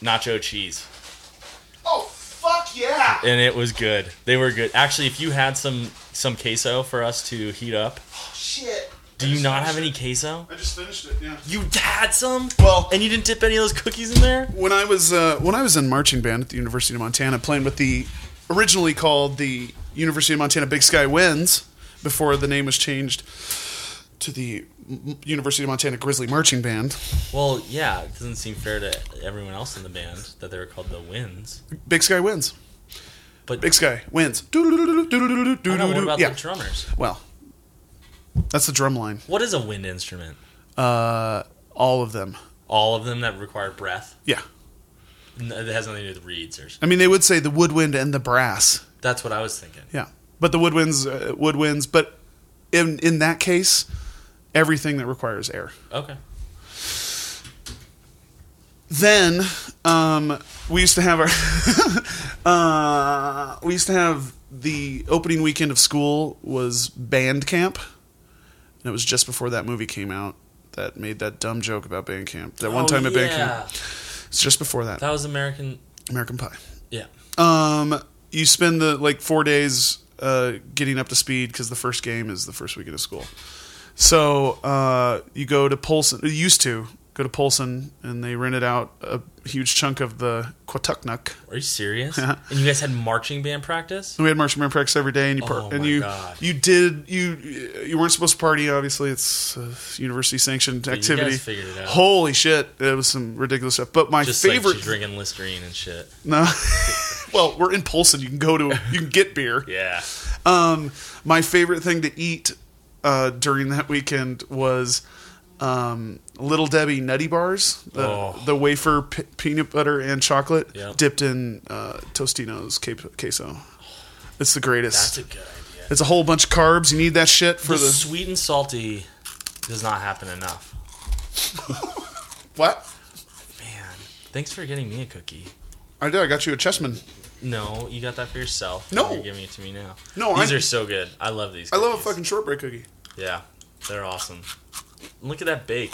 [SPEAKER 3] nacho cheese.
[SPEAKER 2] Oh fuck yeah!
[SPEAKER 3] And it was good. They were good. Actually, if you had some some queso for us to heat up,
[SPEAKER 2] Shit.
[SPEAKER 3] Do you not have any queso?
[SPEAKER 2] I just finished it. Yeah.
[SPEAKER 3] You had some,
[SPEAKER 2] Well-
[SPEAKER 3] and you didn't dip any of those cookies in there.
[SPEAKER 2] When I was uh, when I was in marching band at the University of Montana, playing with the originally called the University of Montana Big Sky Winds before the name was changed to the M- University of Montana Grizzly Marching Band.
[SPEAKER 3] Well, yeah, it doesn't seem fair to everyone else in the band that they were called the Winds.
[SPEAKER 2] Big Sky Winds.
[SPEAKER 3] But
[SPEAKER 2] Big Sky Winds.
[SPEAKER 3] I don't know, what about
[SPEAKER 2] Yeah.
[SPEAKER 3] the drummers?
[SPEAKER 2] Well, that's the drum line.
[SPEAKER 3] What is a wind instrument?
[SPEAKER 2] All of them.
[SPEAKER 3] All of them that require breath.
[SPEAKER 2] Yeah.
[SPEAKER 3] N- It has nothing to do with reeds or.
[SPEAKER 2] I mean, they would say the woodwind and the brass.
[SPEAKER 3] That's what I was thinking.
[SPEAKER 2] Yeah, but the woodwinds, uh, woodwinds. But in in that case, everything that requires air.
[SPEAKER 3] Okay.
[SPEAKER 2] Then um, we used to have our uh, we used to have the opening weekend of school was band camp, and it was just before that movie came out that made that dumb joke about band camp. That one
[SPEAKER 3] one
[SPEAKER 2] time at band camp, it's just before that
[SPEAKER 3] Oh, That was American.
[SPEAKER 2] American Pie.
[SPEAKER 3] Yeah.
[SPEAKER 2] Um, you spend the like four days uh, getting up to speed because the first game is the first weekend of school. So uh, you go to Polson. You used to go to Polson, and they rented out a huge chunk of the Quatucknuck.
[SPEAKER 3] Are you serious? and you guys had marching band practice?
[SPEAKER 2] And we had marching band practice every day, and you par-
[SPEAKER 3] Oh
[SPEAKER 2] and
[SPEAKER 3] my
[SPEAKER 2] you
[SPEAKER 3] God.
[SPEAKER 2] you did you you weren't supposed to party. Obviously, it's uh, university sanctioned
[SPEAKER 3] guys
[SPEAKER 2] activity.
[SPEAKER 3] figured it out.
[SPEAKER 2] Holy shit, it was some ridiculous stuff. But my
[SPEAKER 3] Just
[SPEAKER 2] favorite
[SPEAKER 3] like she's drinking Listerine and shit.
[SPEAKER 2] no. Well, we're in Polson. You can go to. You can get beer.
[SPEAKER 3] Yeah.
[SPEAKER 2] Um, my favorite thing to eat uh, during that weekend was um, Little Debbie Nutty Bars, the,
[SPEAKER 3] Oh.
[SPEAKER 2] the wafer p- peanut butter and chocolate
[SPEAKER 3] Yep.
[SPEAKER 2] dipped in uh, Tostino's cap- queso. It's the
[SPEAKER 3] That's
[SPEAKER 2] greatest.
[SPEAKER 3] a good idea.
[SPEAKER 2] it's a whole bunch of carbs. You need that shit for
[SPEAKER 3] The,
[SPEAKER 2] the,
[SPEAKER 3] sweet and salty does not happen enough.
[SPEAKER 2] what?
[SPEAKER 3] Man, thanks for getting me a cookie.
[SPEAKER 2] I did. I got you a chessman.
[SPEAKER 3] No, you got that for yourself.
[SPEAKER 2] No.
[SPEAKER 3] You're giving it to me now.
[SPEAKER 2] No,
[SPEAKER 3] These
[SPEAKER 2] I'm-
[SPEAKER 3] are so good. I love these.
[SPEAKER 2] I love a
[SPEAKER 3] cookies.
[SPEAKER 2] fucking shortbread cookie.
[SPEAKER 3] Yeah, they're awesome. Look at that bake.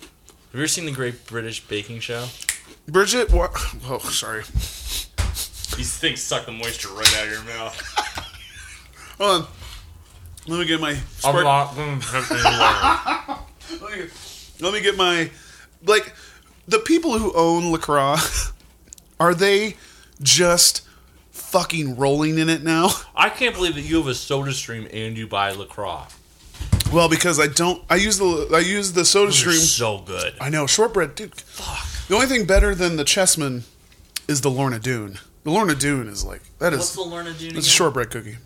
[SPEAKER 3] Have you ever seen the Great British Baking Show?
[SPEAKER 2] Bridget, what? Oh, sorry.
[SPEAKER 3] These things suck the moisture right out of your mouth.
[SPEAKER 2] Hold on. Let me get my. spark- Let me- let me get my like the people who own lacroix are they just fucking rolling in it now
[SPEAKER 3] I can't believe that you have a soda stream and you buy lacroix.
[SPEAKER 2] well because i don't i use the i use the soda
[SPEAKER 3] They're
[SPEAKER 2] stream
[SPEAKER 3] so good.
[SPEAKER 2] i know shortbread dude fuck the only thing better than the chessman is the lorna doone the lorna doone is like that
[SPEAKER 3] What's
[SPEAKER 2] is
[SPEAKER 3] the Lorna Doone?
[SPEAKER 2] it's a
[SPEAKER 3] again?
[SPEAKER 2] shortbread cookie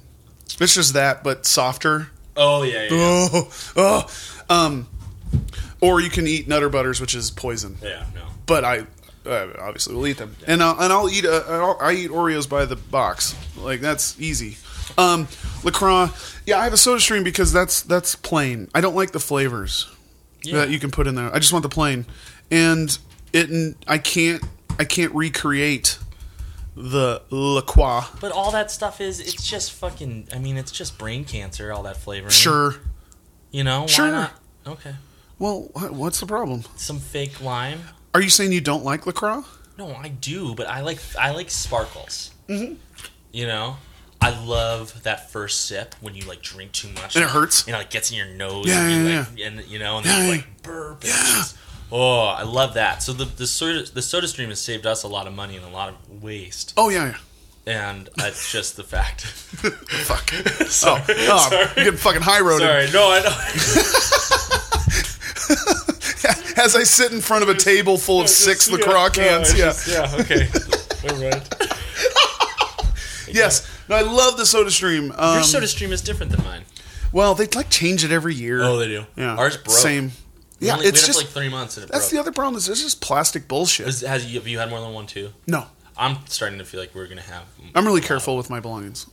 [SPEAKER 2] it's just that but softer
[SPEAKER 3] Oh yeah, yeah, yeah.
[SPEAKER 2] oh oh um or you can eat nutter butters which is poison
[SPEAKER 3] yeah. No,
[SPEAKER 2] but I uh, obviously will eat them, and I'll, and I'll eat uh, I'll, I eat Oreos by the box. Like that's easy. Um, Lacroix, yeah, I have a Soda Stream because that's that's plain. I don't like the flavors that you can put in there. I just want the plain, and it n- I can't I can't recreate the Lacroix.
[SPEAKER 3] but all that stuff is it's just fucking. I mean, it's just brain cancer. All that flavoring.
[SPEAKER 2] Sure.
[SPEAKER 3] You know. Why
[SPEAKER 2] Sure.
[SPEAKER 3] Not? Okay.
[SPEAKER 2] Well, wha- what's the problem?
[SPEAKER 3] Some fake lime.
[SPEAKER 2] Are you saying you don't like Lacroix?
[SPEAKER 3] No, I do, but I like I like sparkles. Mm-hmm. You know, I love that first sip when you like drink too much
[SPEAKER 2] And it hurts?
[SPEAKER 3] You know, it gets in your nose.
[SPEAKER 2] Yeah,
[SPEAKER 3] and you,
[SPEAKER 2] yeah,
[SPEAKER 3] like, And you know, and
[SPEAKER 2] Yeah,
[SPEAKER 3] then you
[SPEAKER 2] yeah.
[SPEAKER 3] like burp. And it's just, oh, I love that. So the the soda the soda stream has saved us a lot of money and a lot of waste,
[SPEAKER 2] Oh yeah, yeah.
[SPEAKER 3] and that's just the fact.
[SPEAKER 2] Fuck. sorry, oh, oh, you're getting fucking high roaded.
[SPEAKER 3] Sorry, no, I know.
[SPEAKER 2] As I sit in front of a table full of six lacroix cans, yeah.
[SPEAKER 3] yeah, okay, all right.
[SPEAKER 2] Yes. No, I love the Soda Stream. Um,
[SPEAKER 3] Your soda stream is different than mine.
[SPEAKER 2] well, they like change it every year.
[SPEAKER 3] Oh, they do.
[SPEAKER 2] yeah.
[SPEAKER 3] ours broke.
[SPEAKER 2] Same.
[SPEAKER 3] We
[SPEAKER 2] Yeah,
[SPEAKER 3] only- we
[SPEAKER 2] it's
[SPEAKER 3] had it
[SPEAKER 2] just
[SPEAKER 3] for like three months and it
[SPEAKER 2] that's
[SPEAKER 3] broke.
[SPEAKER 2] the other problem is it's just plastic bullshit.
[SPEAKER 3] Is, has you, have you had more than one too?
[SPEAKER 2] no,
[SPEAKER 3] I'm starting to feel like we're gonna have.
[SPEAKER 2] I'm really
[SPEAKER 3] Oh.
[SPEAKER 2] careful with my belongings.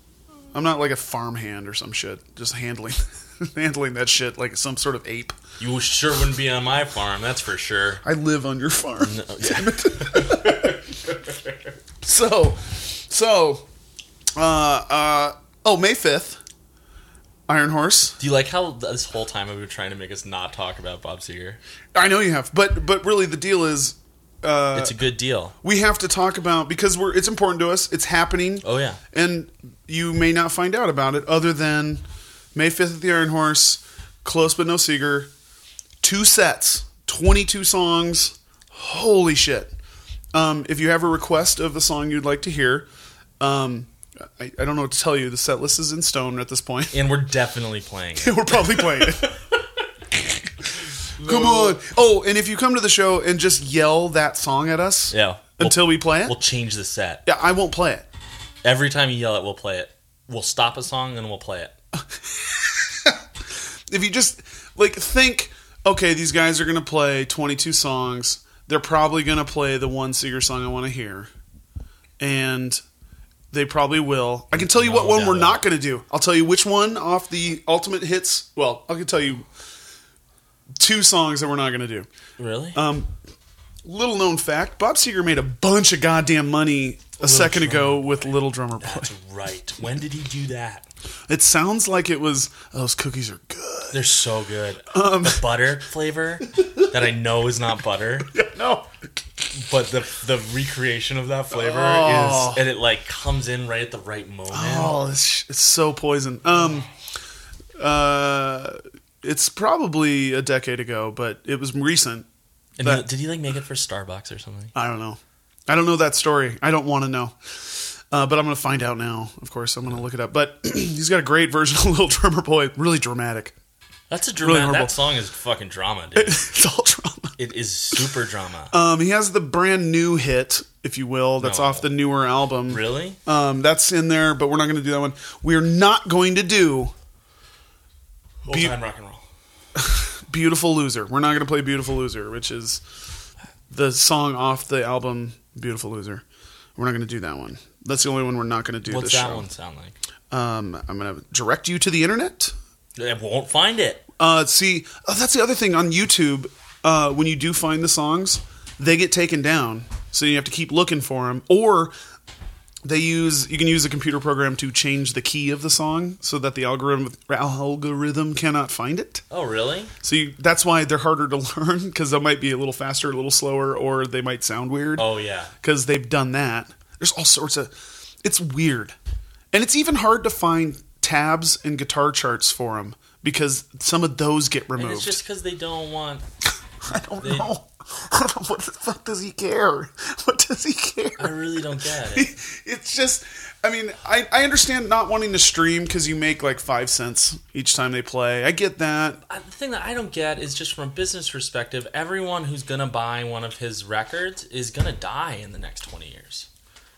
[SPEAKER 2] I'm not like a farmhand or some shit, just handling handling that shit like some sort of ape.
[SPEAKER 3] You sure wouldn't be on my farm, that's for sure.
[SPEAKER 2] I live on your farm.
[SPEAKER 3] No, yeah.
[SPEAKER 2] So, so, uh, uh, oh, May fifth, Iron Horse.
[SPEAKER 3] Do you like how this whole time we were trying to make us not talk about Bob Seger?
[SPEAKER 2] I know you have, but but really the deal is
[SPEAKER 3] it's a good deal.
[SPEAKER 2] we have to talk about because we're it's important to us. It's happening.
[SPEAKER 3] Oh yeah,
[SPEAKER 2] and you may not find out about it other than May 5th at the Iron Horse. Close but no Seeger. Two sets, 22 songs. Holy shit. Um, if you have a request of a song you'd like to hear, um, I, I don't know what to tell you. The set list is in stone at this point.
[SPEAKER 3] And we're definitely playing. it.
[SPEAKER 2] We're probably playing it. Come on. Oh, and if you come to the show and just yell that song at us
[SPEAKER 3] Yeah. We'll-
[SPEAKER 2] until we play it,
[SPEAKER 3] we'll change the set.
[SPEAKER 2] yeah, I won't play it.
[SPEAKER 3] Every time you yell it, we'll play it. We'll stop a song and we'll play it.
[SPEAKER 2] if you just like think, okay, these guys are gonna play 22 songs. They're probably gonna play the one Seeger song I want to hear, and they probably will. I can tell you what one
[SPEAKER 3] doubt
[SPEAKER 2] we're
[SPEAKER 3] it.
[SPEAKER 2] not gonna do. I'll tell you which one off the Ultimate Hits. Well, I can tell you two songs that we're not gonna do.
[SPEAKER 3] Really?
[SPEAKER 2] Uh, Little known fact: Bob Seger made a bunch of goddamn money a second ago with Little Drummer Boy.
[SPEAKER 3] That's right. When did he do that?
[SPEAKER 2] It sounds like it was "Oh, those cookies are good.
[SPEAKER 3] They're so good.
[SPEAKER 2] um,
[SPEAKER 3] the butter flavor that I know is not butter,
[SPEAKER 2] No,
[SPEAKER 3] but the the recreation of that flavor is Oh. and it like comes in right at the right moment.
[SPEAKER 2] Oh, it's, sh- it's so poison. Um, uh, it's probably a decade ago, but it was recent.
[SPEAKER 3] and
[SPEAKER 2] that-
[SPEAKER 3] did he like make it for Starbucks or something?
[SPEAKER 2] I don't know. I don't know that story. I don't want to know. Uh, but I'm going to find out now. Of course, I'm going to look it up. But he's got a great version of Little Drummer Boy. Really dramatic.
[SPEAKER 3] That's a
[SPEAKER 2] Really
[SPEAKER 3] drama.
[SPEAKER 2] horrible.
[SPEAKER 3] that song is fucking drama, dude.
[SPEAKER 2] It's all drama.
[SPEAKER 3] it is super drama.
[SPEAKER 2] Um, he has the brand new hit, if you will, that's
[SPEAKER 3] No.
[SPEAKER 2] off the newer album.
[SPEAKER 3] really?
[SPEAKER 2] Um, that's in there, but we're not going to do that one. We're not going to do
[SPEAKER 3] Old
[SPEAKER 2] be-
[SPEAKER 3] time rock and roll.
[SPEAKER 2] Beautiful Loser. We're not going to play Beautiful Loser, which is the song off the album Beautiful Loser. We're not going to do that one. That's the only one we're not going to do
[SPEAKER 3] What's
[SPEAKER 2] this
[SPEAKER 3] that
[SPEAKER 2] show.
[SPEAKER 3] one sound like?
[SPEAKER 2] Um, I'm going to direct you to the internet.
[SPEAKER 3] I won't find it.
[SPEAKER 2] Uh, see, oh, that's the other thing on YouTube. Uh, when you do find the songs, they get taken down, so you have to keep looking for them. Or they use you can use a computer program to change the key of the song so that the algorithm algorithm cannot find it.
[SPEAKER 3] Oh, really?
[SPEAKER 2] So you, that's why they're harder to learn because they might be a little faster, a little slower, or they might sound weird
[SPEAKER 3] Oh, yeah.
[SPEAKER 2] because they've done that. There's all sorts of. It's weird, and it's even hard to find tabs and guitar charts for them because some of those get
[SPEAKER 3] And
[SPEAKER 2] removed.
[SPEAKER 3] it's just because they don't want.
[SPEAKER 2] I don't know. what the fuck does he care? What does he
[SPEAKER 3] I
[SPEAKER 2] care?
[SPEAKER 3] really don't get it.
[SPEAKER 2] It's just. I mean, I, I understand not wanting to stream because you make like five cents each time they play. I get that.
[SPEAKER 3] I, the thing that I don't get is just from a business perspective, everyone who's gonna buy one of his records is gonna die in the next twenty years.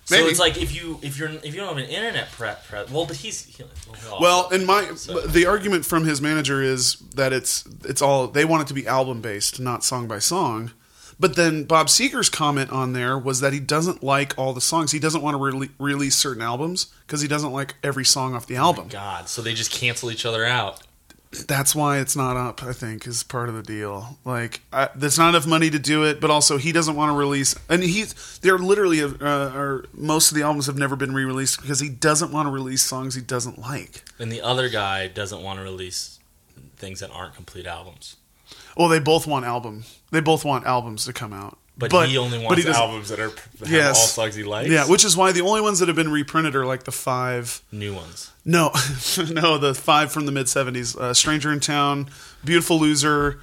[SPEAKER 3] So
[SPEAKER 2] Maybe.
[SPEAKER 3] it's like if you if you're if you don't have an internet prep pre well, but he's he, oh well,
[SPEAKER 2] Well, and my the argument from his manager is that it's it's all they want it to be album based, not song by song. But then Bob Seger's comment on there was that he doesn't like all the songs. He doesn't want to rele release certain albums because he doesn't like every song off the album.
[SPEAKER 3] God, so they just cancel each other out.
[SPEAKER 2] That's why it's not up. I think is part of the deal. Like I, there's not enough money to do it, but also he doesn't want to release. And he's they're literally uh, are most of the albums have never been re released because he doesn't want to release songs he doesn't like.
[SPEAKER 3] And the other guy doesn't want to release things that aren't complete albums.
[SPEAKER 2] Well, they both want album. They both want albums to come out.
[SPEAKER 3] But, he only
[SPEAKER 2] but
[SPEAKER 3] wants
[SPEAKER 2] he doesn't-
[SPEAKER 5] albums that are that have
[SPEAKER 2] Yes.
[SPEAKER 5] all songs he likes.
[SPEAKER 2] Yeah, which is why the only ones that have been reprinted are like the five.
[SPEAKER 3] new ones.
[SPEAKER 2] No, no, the five from the mid '70s: uh, "Stranger in Town," "Beautiful Loser,"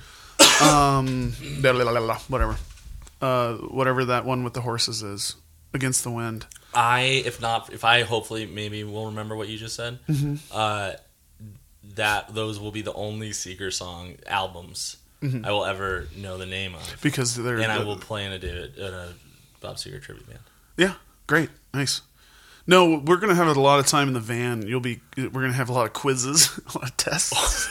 [SPEAKER 2] um, blah, blah, blah, blah, blah, whatever, uh, whatever that one with the horses is. Against the wind.
[SPEAKER 3] I, if not, if I hopefully maybe will remember what you just said,
[SPEAKER 2] Mm-hmm.
[SPEAKER 3] uh, that those will be the only Seeker song albums
[SPEAKER 2] Mm-hmm.
[SPEAKER 3] I will ever know the name of,
[SPEAKER 2] Because they're
[SPEAKER 3] and I
[SPEAKER 2] the-
[SPEAKER 3] will play in a, David- in a Bob Seger tribute band.
[SPEAKER 2] Yeah, great, nice. No, we're gonna have a lot of time in the van. You'll be. We're gonna have a lot of quizzes, a lot of tests.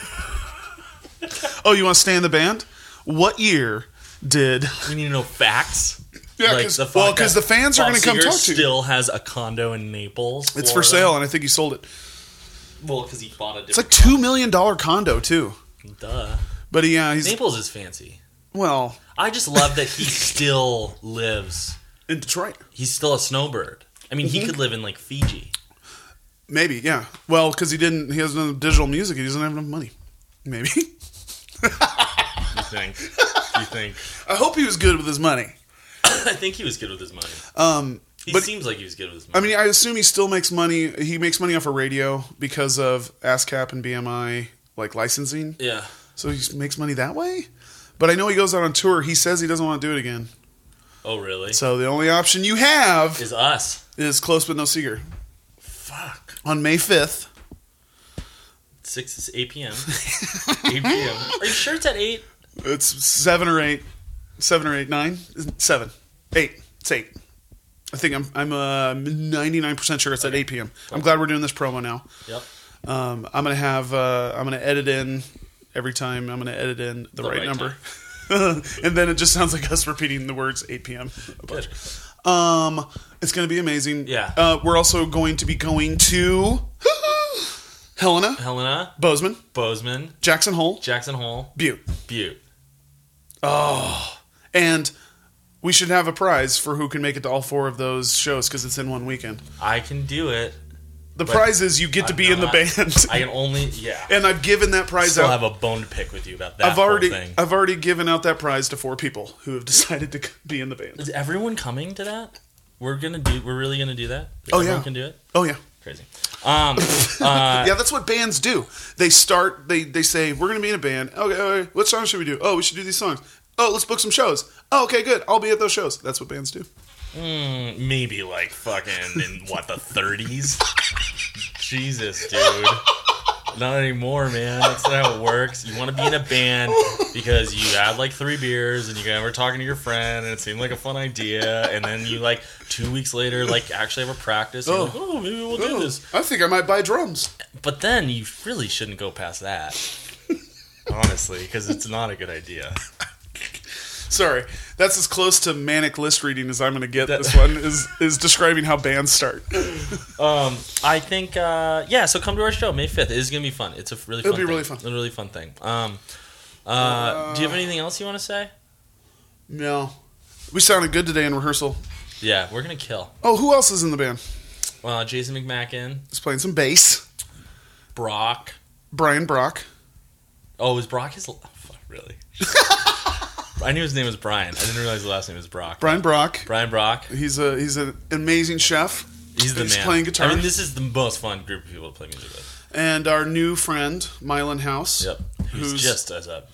[SPEAKER 2] oh, you want to stay in the band? What year did?
[SPEAKER 3] We need to know facts.
[SPEAKER 2] Yeah, 'cause- well, 'cause the fans are gonna come
[SPEAKER 3] Seger
[SPEAKER 2] talk to you.
[SPEAKER 3] Still has a condo in Naples.
[SPEAKER 2] It's for
[SPEAKER 3] Florida.
[SPEAKER 2] sale, and I think he sold it.
[SPEAKER 3] Well, because he bought a
[SPEAKER 2] It's like
[SPEAKER 3] different.
[SPEAKER 2] two million dollar condo too.
[SPEAKER 3] duh.
[SPEAKER 2] But he, yeah, he's
[SPEAKER 3] Naples is fancy.
[SPEAKER 2] well
[SPEAKER 3] I just love that he still lives.
[SPEAKER 2] in Detroit.
[SPEAKER 3] He's still a snowbird. I mean,
[SPEAKER 2] Mhm.
[SPEAKER 3] he could live in like Fiji.
[SPEAKER 2] Maybe, yeah. Well, because he didn't. He has no digital music. He doesn't have enough money. Maybe.
[SPEAKER 5] you think? You think?
[SPEAKER 2] I hope he was good with his money.
[SPEAKER 3] I think he was good with his money.
[SPEAKER 2] Um,
[SPEAKER 3] He
[SPEAKER 2] But-
[SPEAKER 3] seems like he was good with his
[SPEAKER 2] I
[SPEAKER 3] money.
[SPEAKER 2] mean, I assume he still makes money. He makes money off of radio because of ASCAP and BMI like licensing.
[SPEAKER 6] Yeah.
[SPEAKER 2] So he makes money that way. But I know he goes out on tour. He says he doesn't want to do it again.
[SPEAKER 6] Oh, really?
[SPEAKER 2] So the only option you have
[SPEAKER 6] Is us.
[SPEAKER 2] is Close But No Seeker.
[SPEAKER 6] Fuck.
[SPEAKER 2] On May 5th,
[SPEAKER 6] Six is eight p.m. eight p.m. Are you sure it's at eight?
[SPEAKER 2] it's 7 or 8. 7 or 8, 9? 7. 8. It's 8. I think I'm, I'm uh, 99% sure it's at 8 p.m. I'm glad we're doing this promo now.
[SPEAKER 6] Yep.
[SPEAKER 2] Um, I'm gonna have uh, I'm gonna edit in every time. I'm gonna edit in the, right,
[SPEAKER 6] right
[SPEAKER 2] number, and then it just sounds like us repeating the words 8 p.m. a bunch. Um, it's gonna be amazing.
[SPEAKER 6] Yeah.
[SPEAKER 2] Uh, we're also going to be going to Helena,
[SPEAKER 6] Helena,
[SPEAKER 2] Bozeman,
[SPEAKER 6] Bozeman,
[SPEAKER 2] Jackson Hole,
[SPEAKER 6] Jackson Hole,
[SPEAKER 2] Butte,
[SPEAKER 6] Butte.
[SPEAKER 2] Oh, and we should have a prize for who can make it to all four of those shows because it's in one weekend.
[SPEAKER 6] I can do it.
[SPEAKER 2] The prize is you get to
[SPEAKER 6] I'm
[SPEAKER 2] be in the
[SPEAKER 6] not-
[SPEAKER 2] band,
[SPEAKER 6] I can only. Yeah.
[SPEAKER 2] and I've given that prize
[SPEAKER 6] Still
[SPEAKER 2] out.
[SPEAKER 6] have a bone to pick with you about that.
[SPEAKER 2] I've already
[SPEAKER 6] Whole thing.
[SPEAKER 2] I've already given out that prize to four people who have decided to c- be in the band.
[SPEAKER 6] Is everyone coming to that? We're gonna do. We're really gonna do that.
[SPEAKER 2] Oh,
[SPEAKER 6] everyone
[SPEAKER 2] yeah.
[SPEAKER 6] Can do it.
[SPEAKER 2] Oh yeah,
[SPEAKER 6] Crazy. Um.
[SPEAKER 2] yeah. That's what bands do. They start. They they say we're going to be in a band. Okay, okay, what songs should we do? Oh, we should do these songs. Oh, let's book some shows. Oh, okay, good. I'll be at those shows. That's what bands do.
[SPEAKER 6] maybe like fucking in what the 30s jesus dude not anymore man that's not how it works you want to be in a band because you had like three beers and you guys were talking to your friend and it seemed like a fun idea and then you like two weeks later like actually have a practice and you're like, oh maybe we'll do this
[SPEAKER 2] I think I might buy drums.
[SPEAKER 6] but then you really shouldn't go past that honestly because it's not a good idea
[SPEAKER 2] Sorry, that's as close to manic list reading as I'm going to get. this one is is describing how bands start.
[SPEAKER 6] Um, I think uh, yeah. So come to our show May fifth. It is gonna be fun. It's a really
[SPEAKER 2] It'll
[SPEAKER 6] fun
[SPEAKER 2] be
[SPEAKER 6] thing.
[SPEAKER 2] really fun.
[SPEAKER 6] It's a really fun thing. Um, uh, do you have anything else you want to say?
[SPEAKER 2] No, we sounded good today in rehearsal.
[SPEAKER 6] Yeah, we're gonna kill.
[SPEAKER 2] Oh, who else is in the band?
[SPEAKER 6] Uh, Jason McMacken,
[SPEAKER 2] Is playing some bass.
[SPEAKER 6] Brock.
[SPEAKER 2] Brian Brock.
[SPEAKER 6] Oh, is Brock his? l- oh, fuck, really? I knew his name was Brian. I didn't realize the last name was Brock.
[SPEAKER 2] Brian Brock.
[SPEAKER 6] Brian Brock.
[SPEAKER 2] He's a he's an amazing chef.
[SPEAKER 6] He's the
[SPEAKER 2] He's
[SPEAKER 6] man.
[SPEAKER 2] playing guitar.
[SPEAKER 6] I mean, this is the most fun group of people to play music with.
[SPEAKER 2] And our new friend, Mylan House.
[SPEAKER 6] Yep. Who's,
[SPEAKER 2] Who's-
[SPEAKER 6] just as up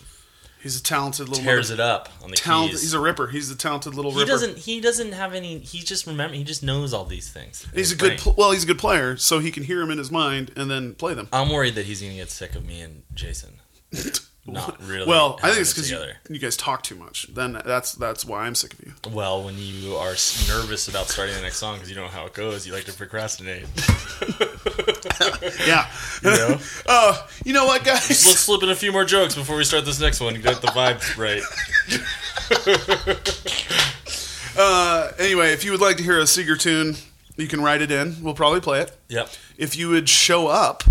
[SPEAKER 2] He's a talented little
[SPEAKER 6] tears it up on the
[SPEAKER 2] talent,
[SPEAKER 6] keys.
[SPEAKER 2] He's a ripper. He's a talented little
[SPEAKER 6] he
[SPEAKER 2] ripper.
[SPEAKER 6] doesn't. He doesn't have any. He just remember. He just knows all these things. in
[SPEAKER 2] he's
[SPEAKER 6] his
[SPEAKER 2] a good
[SPEAKER 6] brain.
[SPEAKER 2] pl- well, he's a good player, so he can hear them in his mind and then play them.
[SPEAKER 6] I'm worried that he's gonna get sick of me and Jason. Not really.
[SPEAKER 2] well, I
[SPEAKER 6] having
[SPEAKER 2] think it's
[SPEAKER 6] it
[SPEAKER 2] because you,
[SPEAKER 6] together.
[SPEAKER 2] you guys talk too much. Then that's that's why I'm sick of you.
[SPEAKER 6] Well, when you are s- nervous about starting the next song because you don't know how it goes, you like to procrastinate.
[SPEAKER 2] Yeah.
[SPEAKER 6] You know,
[SPEAKER 2] Uh, you know what, guys?
[SPEAKER 6] let's slip in a few more jokes before we start this next one. Get the vibes right.
[SPEAKER 2] Uh, anyway, if you would like to hear a Seeger tune, you can write it in. We'll probably play it.
[SPEAKER 6] Yep.
[SPEAKER 2] if you would show up,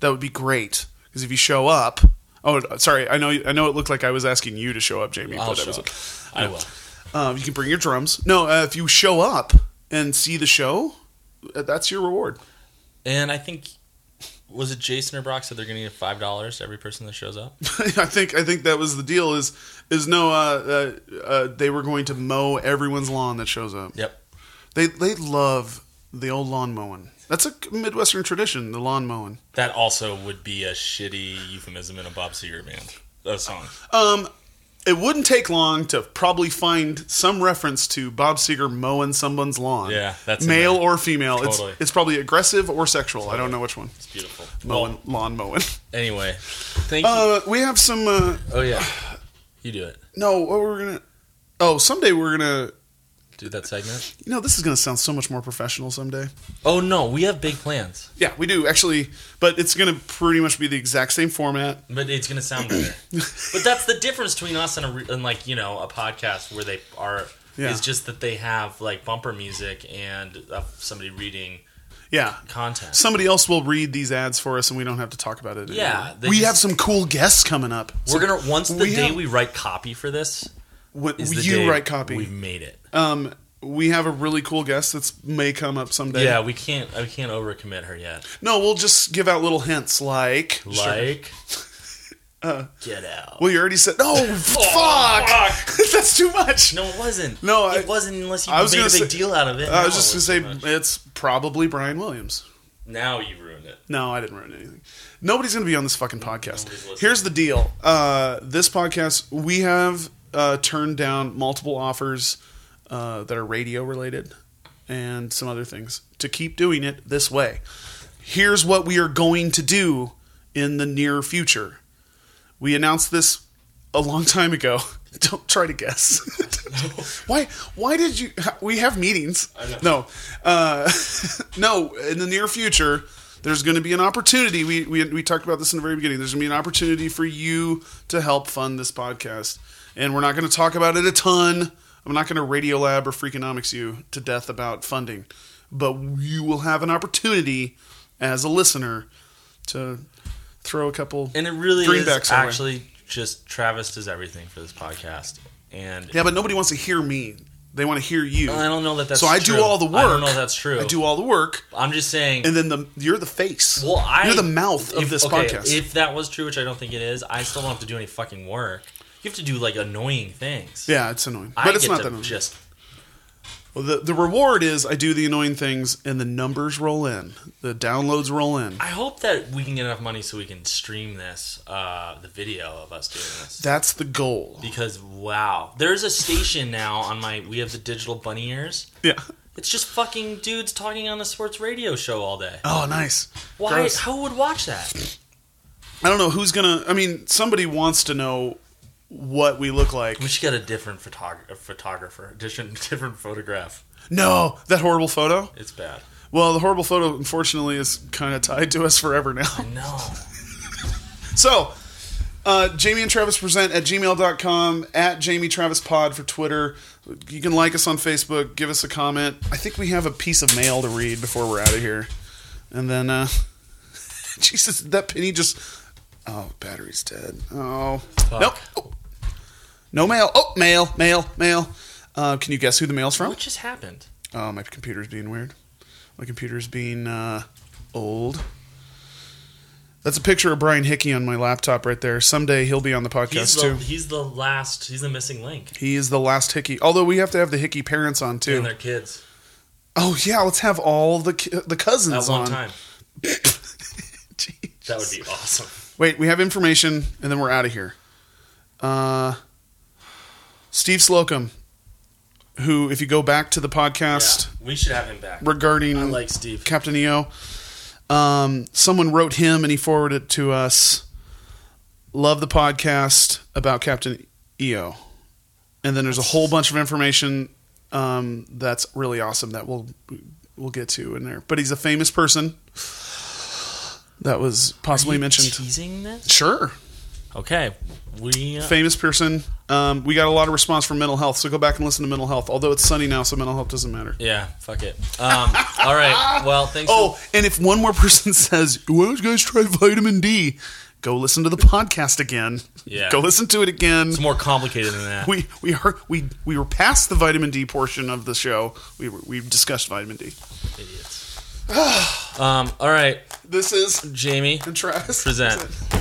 [SPEAKER 2] that would be great. Because if you show up, oh, sorry, I know, I know, it looked like I was asking you to show up, Jamie.
[SPEAKER 6] I'll
[SPEAKER 2] but that
[SPEAKER 6] show
[SPEAKER 2] was
[SPEAKER 6] up. I will.
[SPEAKER 2] Um, you can bring your drums. No, uh, if you show up and see the show, uh, that's your reward.
[SPEAKER 6] And I think was it Jason or Brock said they're gonna get five dollars to every person that shows up.
[SPEAKER 2] I think, I think that was the deal. Is is no, uh, uh, uh, they were going to mow everyone's lawn that shows up.
[SPEAKER 6] Yep.
[SPEAKER 2] They they love the old lawn mowing. That's a midwestern tradition, the lawn mowing.
[SPEAKER 6] That also would be a shitty euphemism in a Bob Seger band. A song.
[SPEAKER 2] Um, it wouldn't take long to probably find some reference to Bob Seger mowing someone's lawn.
[SPEAKER 6] Yeah, that's in
[SPEAKER 2] male
[SPEAKER 6] there.
[SPEAKER 2] or female.
[SPEAKER 6] Totally.
[SPEAKER 2] It's it's probably aggressive or sexual. I don't know which one.
[SPEAKER 6] It's beautiful.
[SPEAKER 2] Mowing
[SPEAKER 6] Well,
[SPEAKER 2] lawn mowing.
[SPEAKER 6] anyway, thank you.
[SPEAKER 2] Uh, we have some. Uh,
[SPEAKER 6] oh yeah, you do it.
[SPEAKER 2] no, what we're gonna. Oh, someday we're gonna.
[SPEAKER 6] Do that segment.
[SPEAKER 2] You know, this is gonna sound so much more professional someday.
[SPEAKER 6] Oh no, we have big plans,
[SPEAKER 2] Yeah, we do actually, but it's gonna pretty much be the exact same format.
[SPEAKER 6] but it's gonna sound better. but that's the difference between us and, a, re- and like you know a podcast where they are
[SPEAKER 2] Yeah.
[SPEAKER 6] is just that they have like bumper music and uh, somebody reading
[SPEAKER 2] Yeah.
[SPEAKER 6] content.
[SPEAKER 2] Somebody else will read these ads for us, and we don't have to talk about it.
[SPEAKER 6] Yeah,
[SPEAKER 2] anymore.
[SPEAKER 6] they
[SPEAKER 2] we
[SPEAKER 6] just-
[SPEAKER 2] have some cool guests coming up.
[SPEAKER 6] We're gonna once the
[SPEAKER 2] we
[SPEAKER 6] day
[SPEAKER 2] have-
[SPEAKER 6] we write copy for this
[SPEAKER 2] When
[SPEAKER 6] is the
[SPEAKER 2] you
[SPEAKER 6] day
[SPEAKER 2] write copy.
[SPEAKER 6] We've made it.
[SPEAKER 2] Um, we have a really cool guest that's may come up someday.
[SPEAKER 6] yeah, we can't. I can't overcommit her yet.
[SPEAKER 2] No, we'll just give out little hints like.
[SPEAKER 6] Like, get out.
[SPEAKER 2] Well, you already said. No, Uh,
[SPEAKER 6] Oh,
[SPEAKER 2] fuck. that's too much.
[SPEAKER 6] No, it wasn't.
[SPEAKER 2] No, I-
[SPEAKER 6] it wasn't unless you
[SPEAKER 2] I was
[SPEAKER 6] made a
[SPEAKER 2] gonna
[SPEAKER 6] big
[SPEAKER 2] say-
[SPEAKER 6] deal out of it.
[SPEAKER 2] I was
[SPEAKER 6] No,
[SPEAKER 2] just
[SPEAKER 6] it
[SPEAKER 2] gonna say
[SPEAKER 6] wasn't much.
[SPEAKER 2] it's probably Brian Williams.
[SPEAKER 6] Now you ruined it.
[SPEAKER 2] No, I didn't ruin anything. Nobody's going to be on this fucking podcast.
[SPEAKER 6] listening.
[SPEAKER 2] Here's the deal. Uh, this podcast, we have uh, turned down multiple offers uh, that are radio related and some other things to keep doing it this way. Here's what we are going to do in the near future. We announced this a long time ago. Don't try to guess. why? Why did you? We have meetings. No, uh, no. In the near future, there's going to be an opportunity. We, we we talked about this in the very beginning. There's going to be an opportunity for you to help fund this podcast, and we're not going to talk about it a ton. I'm not going to radio lab or freakonomics you to death about funding, but you will have an opportunity as a listener to throw a couple.
[SPEAKER 6] And it really
[SPEAKER 2] Greenbacks
[SPEAKER 6] is
[SPEAKER 2] are way.
[SPEAKER 6] actually just Travis does everything for this podcast. And
[SPEAKER 2] Yeah, but nobody wants to hear me. They want to hear you.
[SPEAKER 6] I don't know that that's
[SPEAKER 2] so I
[SPEAKER 6] true.
[SPEAKER 2] do all the work.
[SPEAKER 6] I don't know if that's true.
[SPEAKER 2] I do all the work,
[SPEAKER 6] I'm just saying.
[SPEAKER 2] and then the you're the face.
[SPEAKER 6] well, I
[SPEAKER 2] you're the mouth of
[SPEAKER 6] if-
[SPEAKER 2] this
[SPEAKER 6] okay,
[SPEAKER 2] podcast.
[SPEAKER 6] If that was true, which I don't think it is, I still don't have to do any fucking work. You have to do like annoying things.
[SPEAKER 2] yeah, it's annoying,
[SPEAKER 6] I
[SPEAKER 2] but it's
[SPEAKER 6] get
[SPEAKER 2] not
[SPEAKER 6] to
[SPEAKER 2] that annoying.
[SPEAKER 6] Just
[SPEAKER 2] Well, the the reward is I do the annoying things, and the numbers roll in, the downloads roll in.
[SPEAKER 6] I hope that we can get enough money so we can stream this, uh, the video of us doing this.
[SPEAKER 2] That's the goal.
[SPEAKER 6] Because wow, there's a station now on my. We have the digital bunny ears.
[SPEAKER 2] Yeah.
[SPEAKER 6] It's just fucking dudes talking on a sports radio show all day.
[SPEAKER 2] Oh, nice.
[SPEAKER 6] Why?
[SPEAKER 2] Gross.
[SPEAKER 6] Who would watch that?
[SPEAKER 2] I don't know who's gonna. I mean, somebody wants to know what we look like.
[SPEAKER 6] We should get a different photog- a photographer, different different photograph.
[SPEAKER 2] No, that horrible photo.
[SPEAKER 6] It's bad.
[SPEAKER 2] Well, the horrible photo, unfortunately, is kind of tied to us forever now.
[SPEAKER 6] No.
[SPEAKER 2] So, uh, Jamie and Travis present at gmail.com, at Jamie Travis Pod for Twitter. You can like us on Facebook, give us a comment. I think we have a piece of mail to read before we're out of here. And then, uh, Jesus, that penny just. Oh, battery's dead. Oh. Nope. Oh. No mail. Oh, mail, mail, mail. Uh, can you guess who the mail's from?
[SPEAKER 6] What just happened?
[SPEAKER 2] Oh, my computer's being weird. My computer's being uh, old. That's a picture of Brian Hickey on my laptop right there. Someday he'll be on the
[SPEAKER 6] He's
[SPEAKER 2] podcast
[SPEAKER 6] the,
[SPEAKER 2] too.
[SPEAKER 6] he's the last. He's the missing link.
[SPEAKER 2] He is the last Hickey. Although we have to have the Hickey parents on
[SPEAKER 6] And
[SPEAKER 2] too.
[SPEAKER 6] their kids
[SPEAKER 2] Oh yeah, let's have all the ki- the
[SPEAKER 6] at
[SPEAKER 2] cousins
[SPEAKER 6] one
[SPEAKER 2] on.
[SPEAKER 6] time.
[SPEAKER 2] Gee.
[SPEAKER 6] That would be awesome.
[SPEAKER 2] Wait, we have information, and then we're out of here. Uh, Steve Slocum, who, if you go back to the podcast
[SPEAKER 6] Yeah, we should have him back.
[SPEAKER 2] regarding
[SPEAKER 6] I like Steve.
[SPEAKER 2] Captain EO. Um, someone wrote him and he forwarded it to us. Love the podcast about Captain EO. And then there's a whole bunch of information um, that's really awesome that we'll we'll get to in there. But he's a famous person that was possibly mentioned.
[SPEAKER 6] Teasing this?
[SPEAKER 2] Sure,
[SPEAKER 6] Okay, we. Uh,
[SPEAKER 2] famous person. Um, we got a lot of response from mental health, so go back and listen to mental health. Although it's sunny now, so mental health doesn't matter.
[SPEAKER 6] yeah, fuck it. Um, all right. Well, thanks. for-
[SPEAKER 2] Oh, and if one more person says, "Why don't you guys try vitamin D?" Go listen to the podcast again.
[SPEAKER 6] Yeah.
[SPEAKER 2] Go listen to it again.
[SPEAKER 6] it's more complicated than that.
[SPEAKER 2] We we are we we were past the vitamin D portion of the show. We were, we discussed vitamin D.
[SPEAKER 6] Idiots. um. All right,
[SPEAKER 2] This is
[SPEAKER 6] Jamie.
[SPEAKER 2] Travis.
[SPEAKER 6] Present.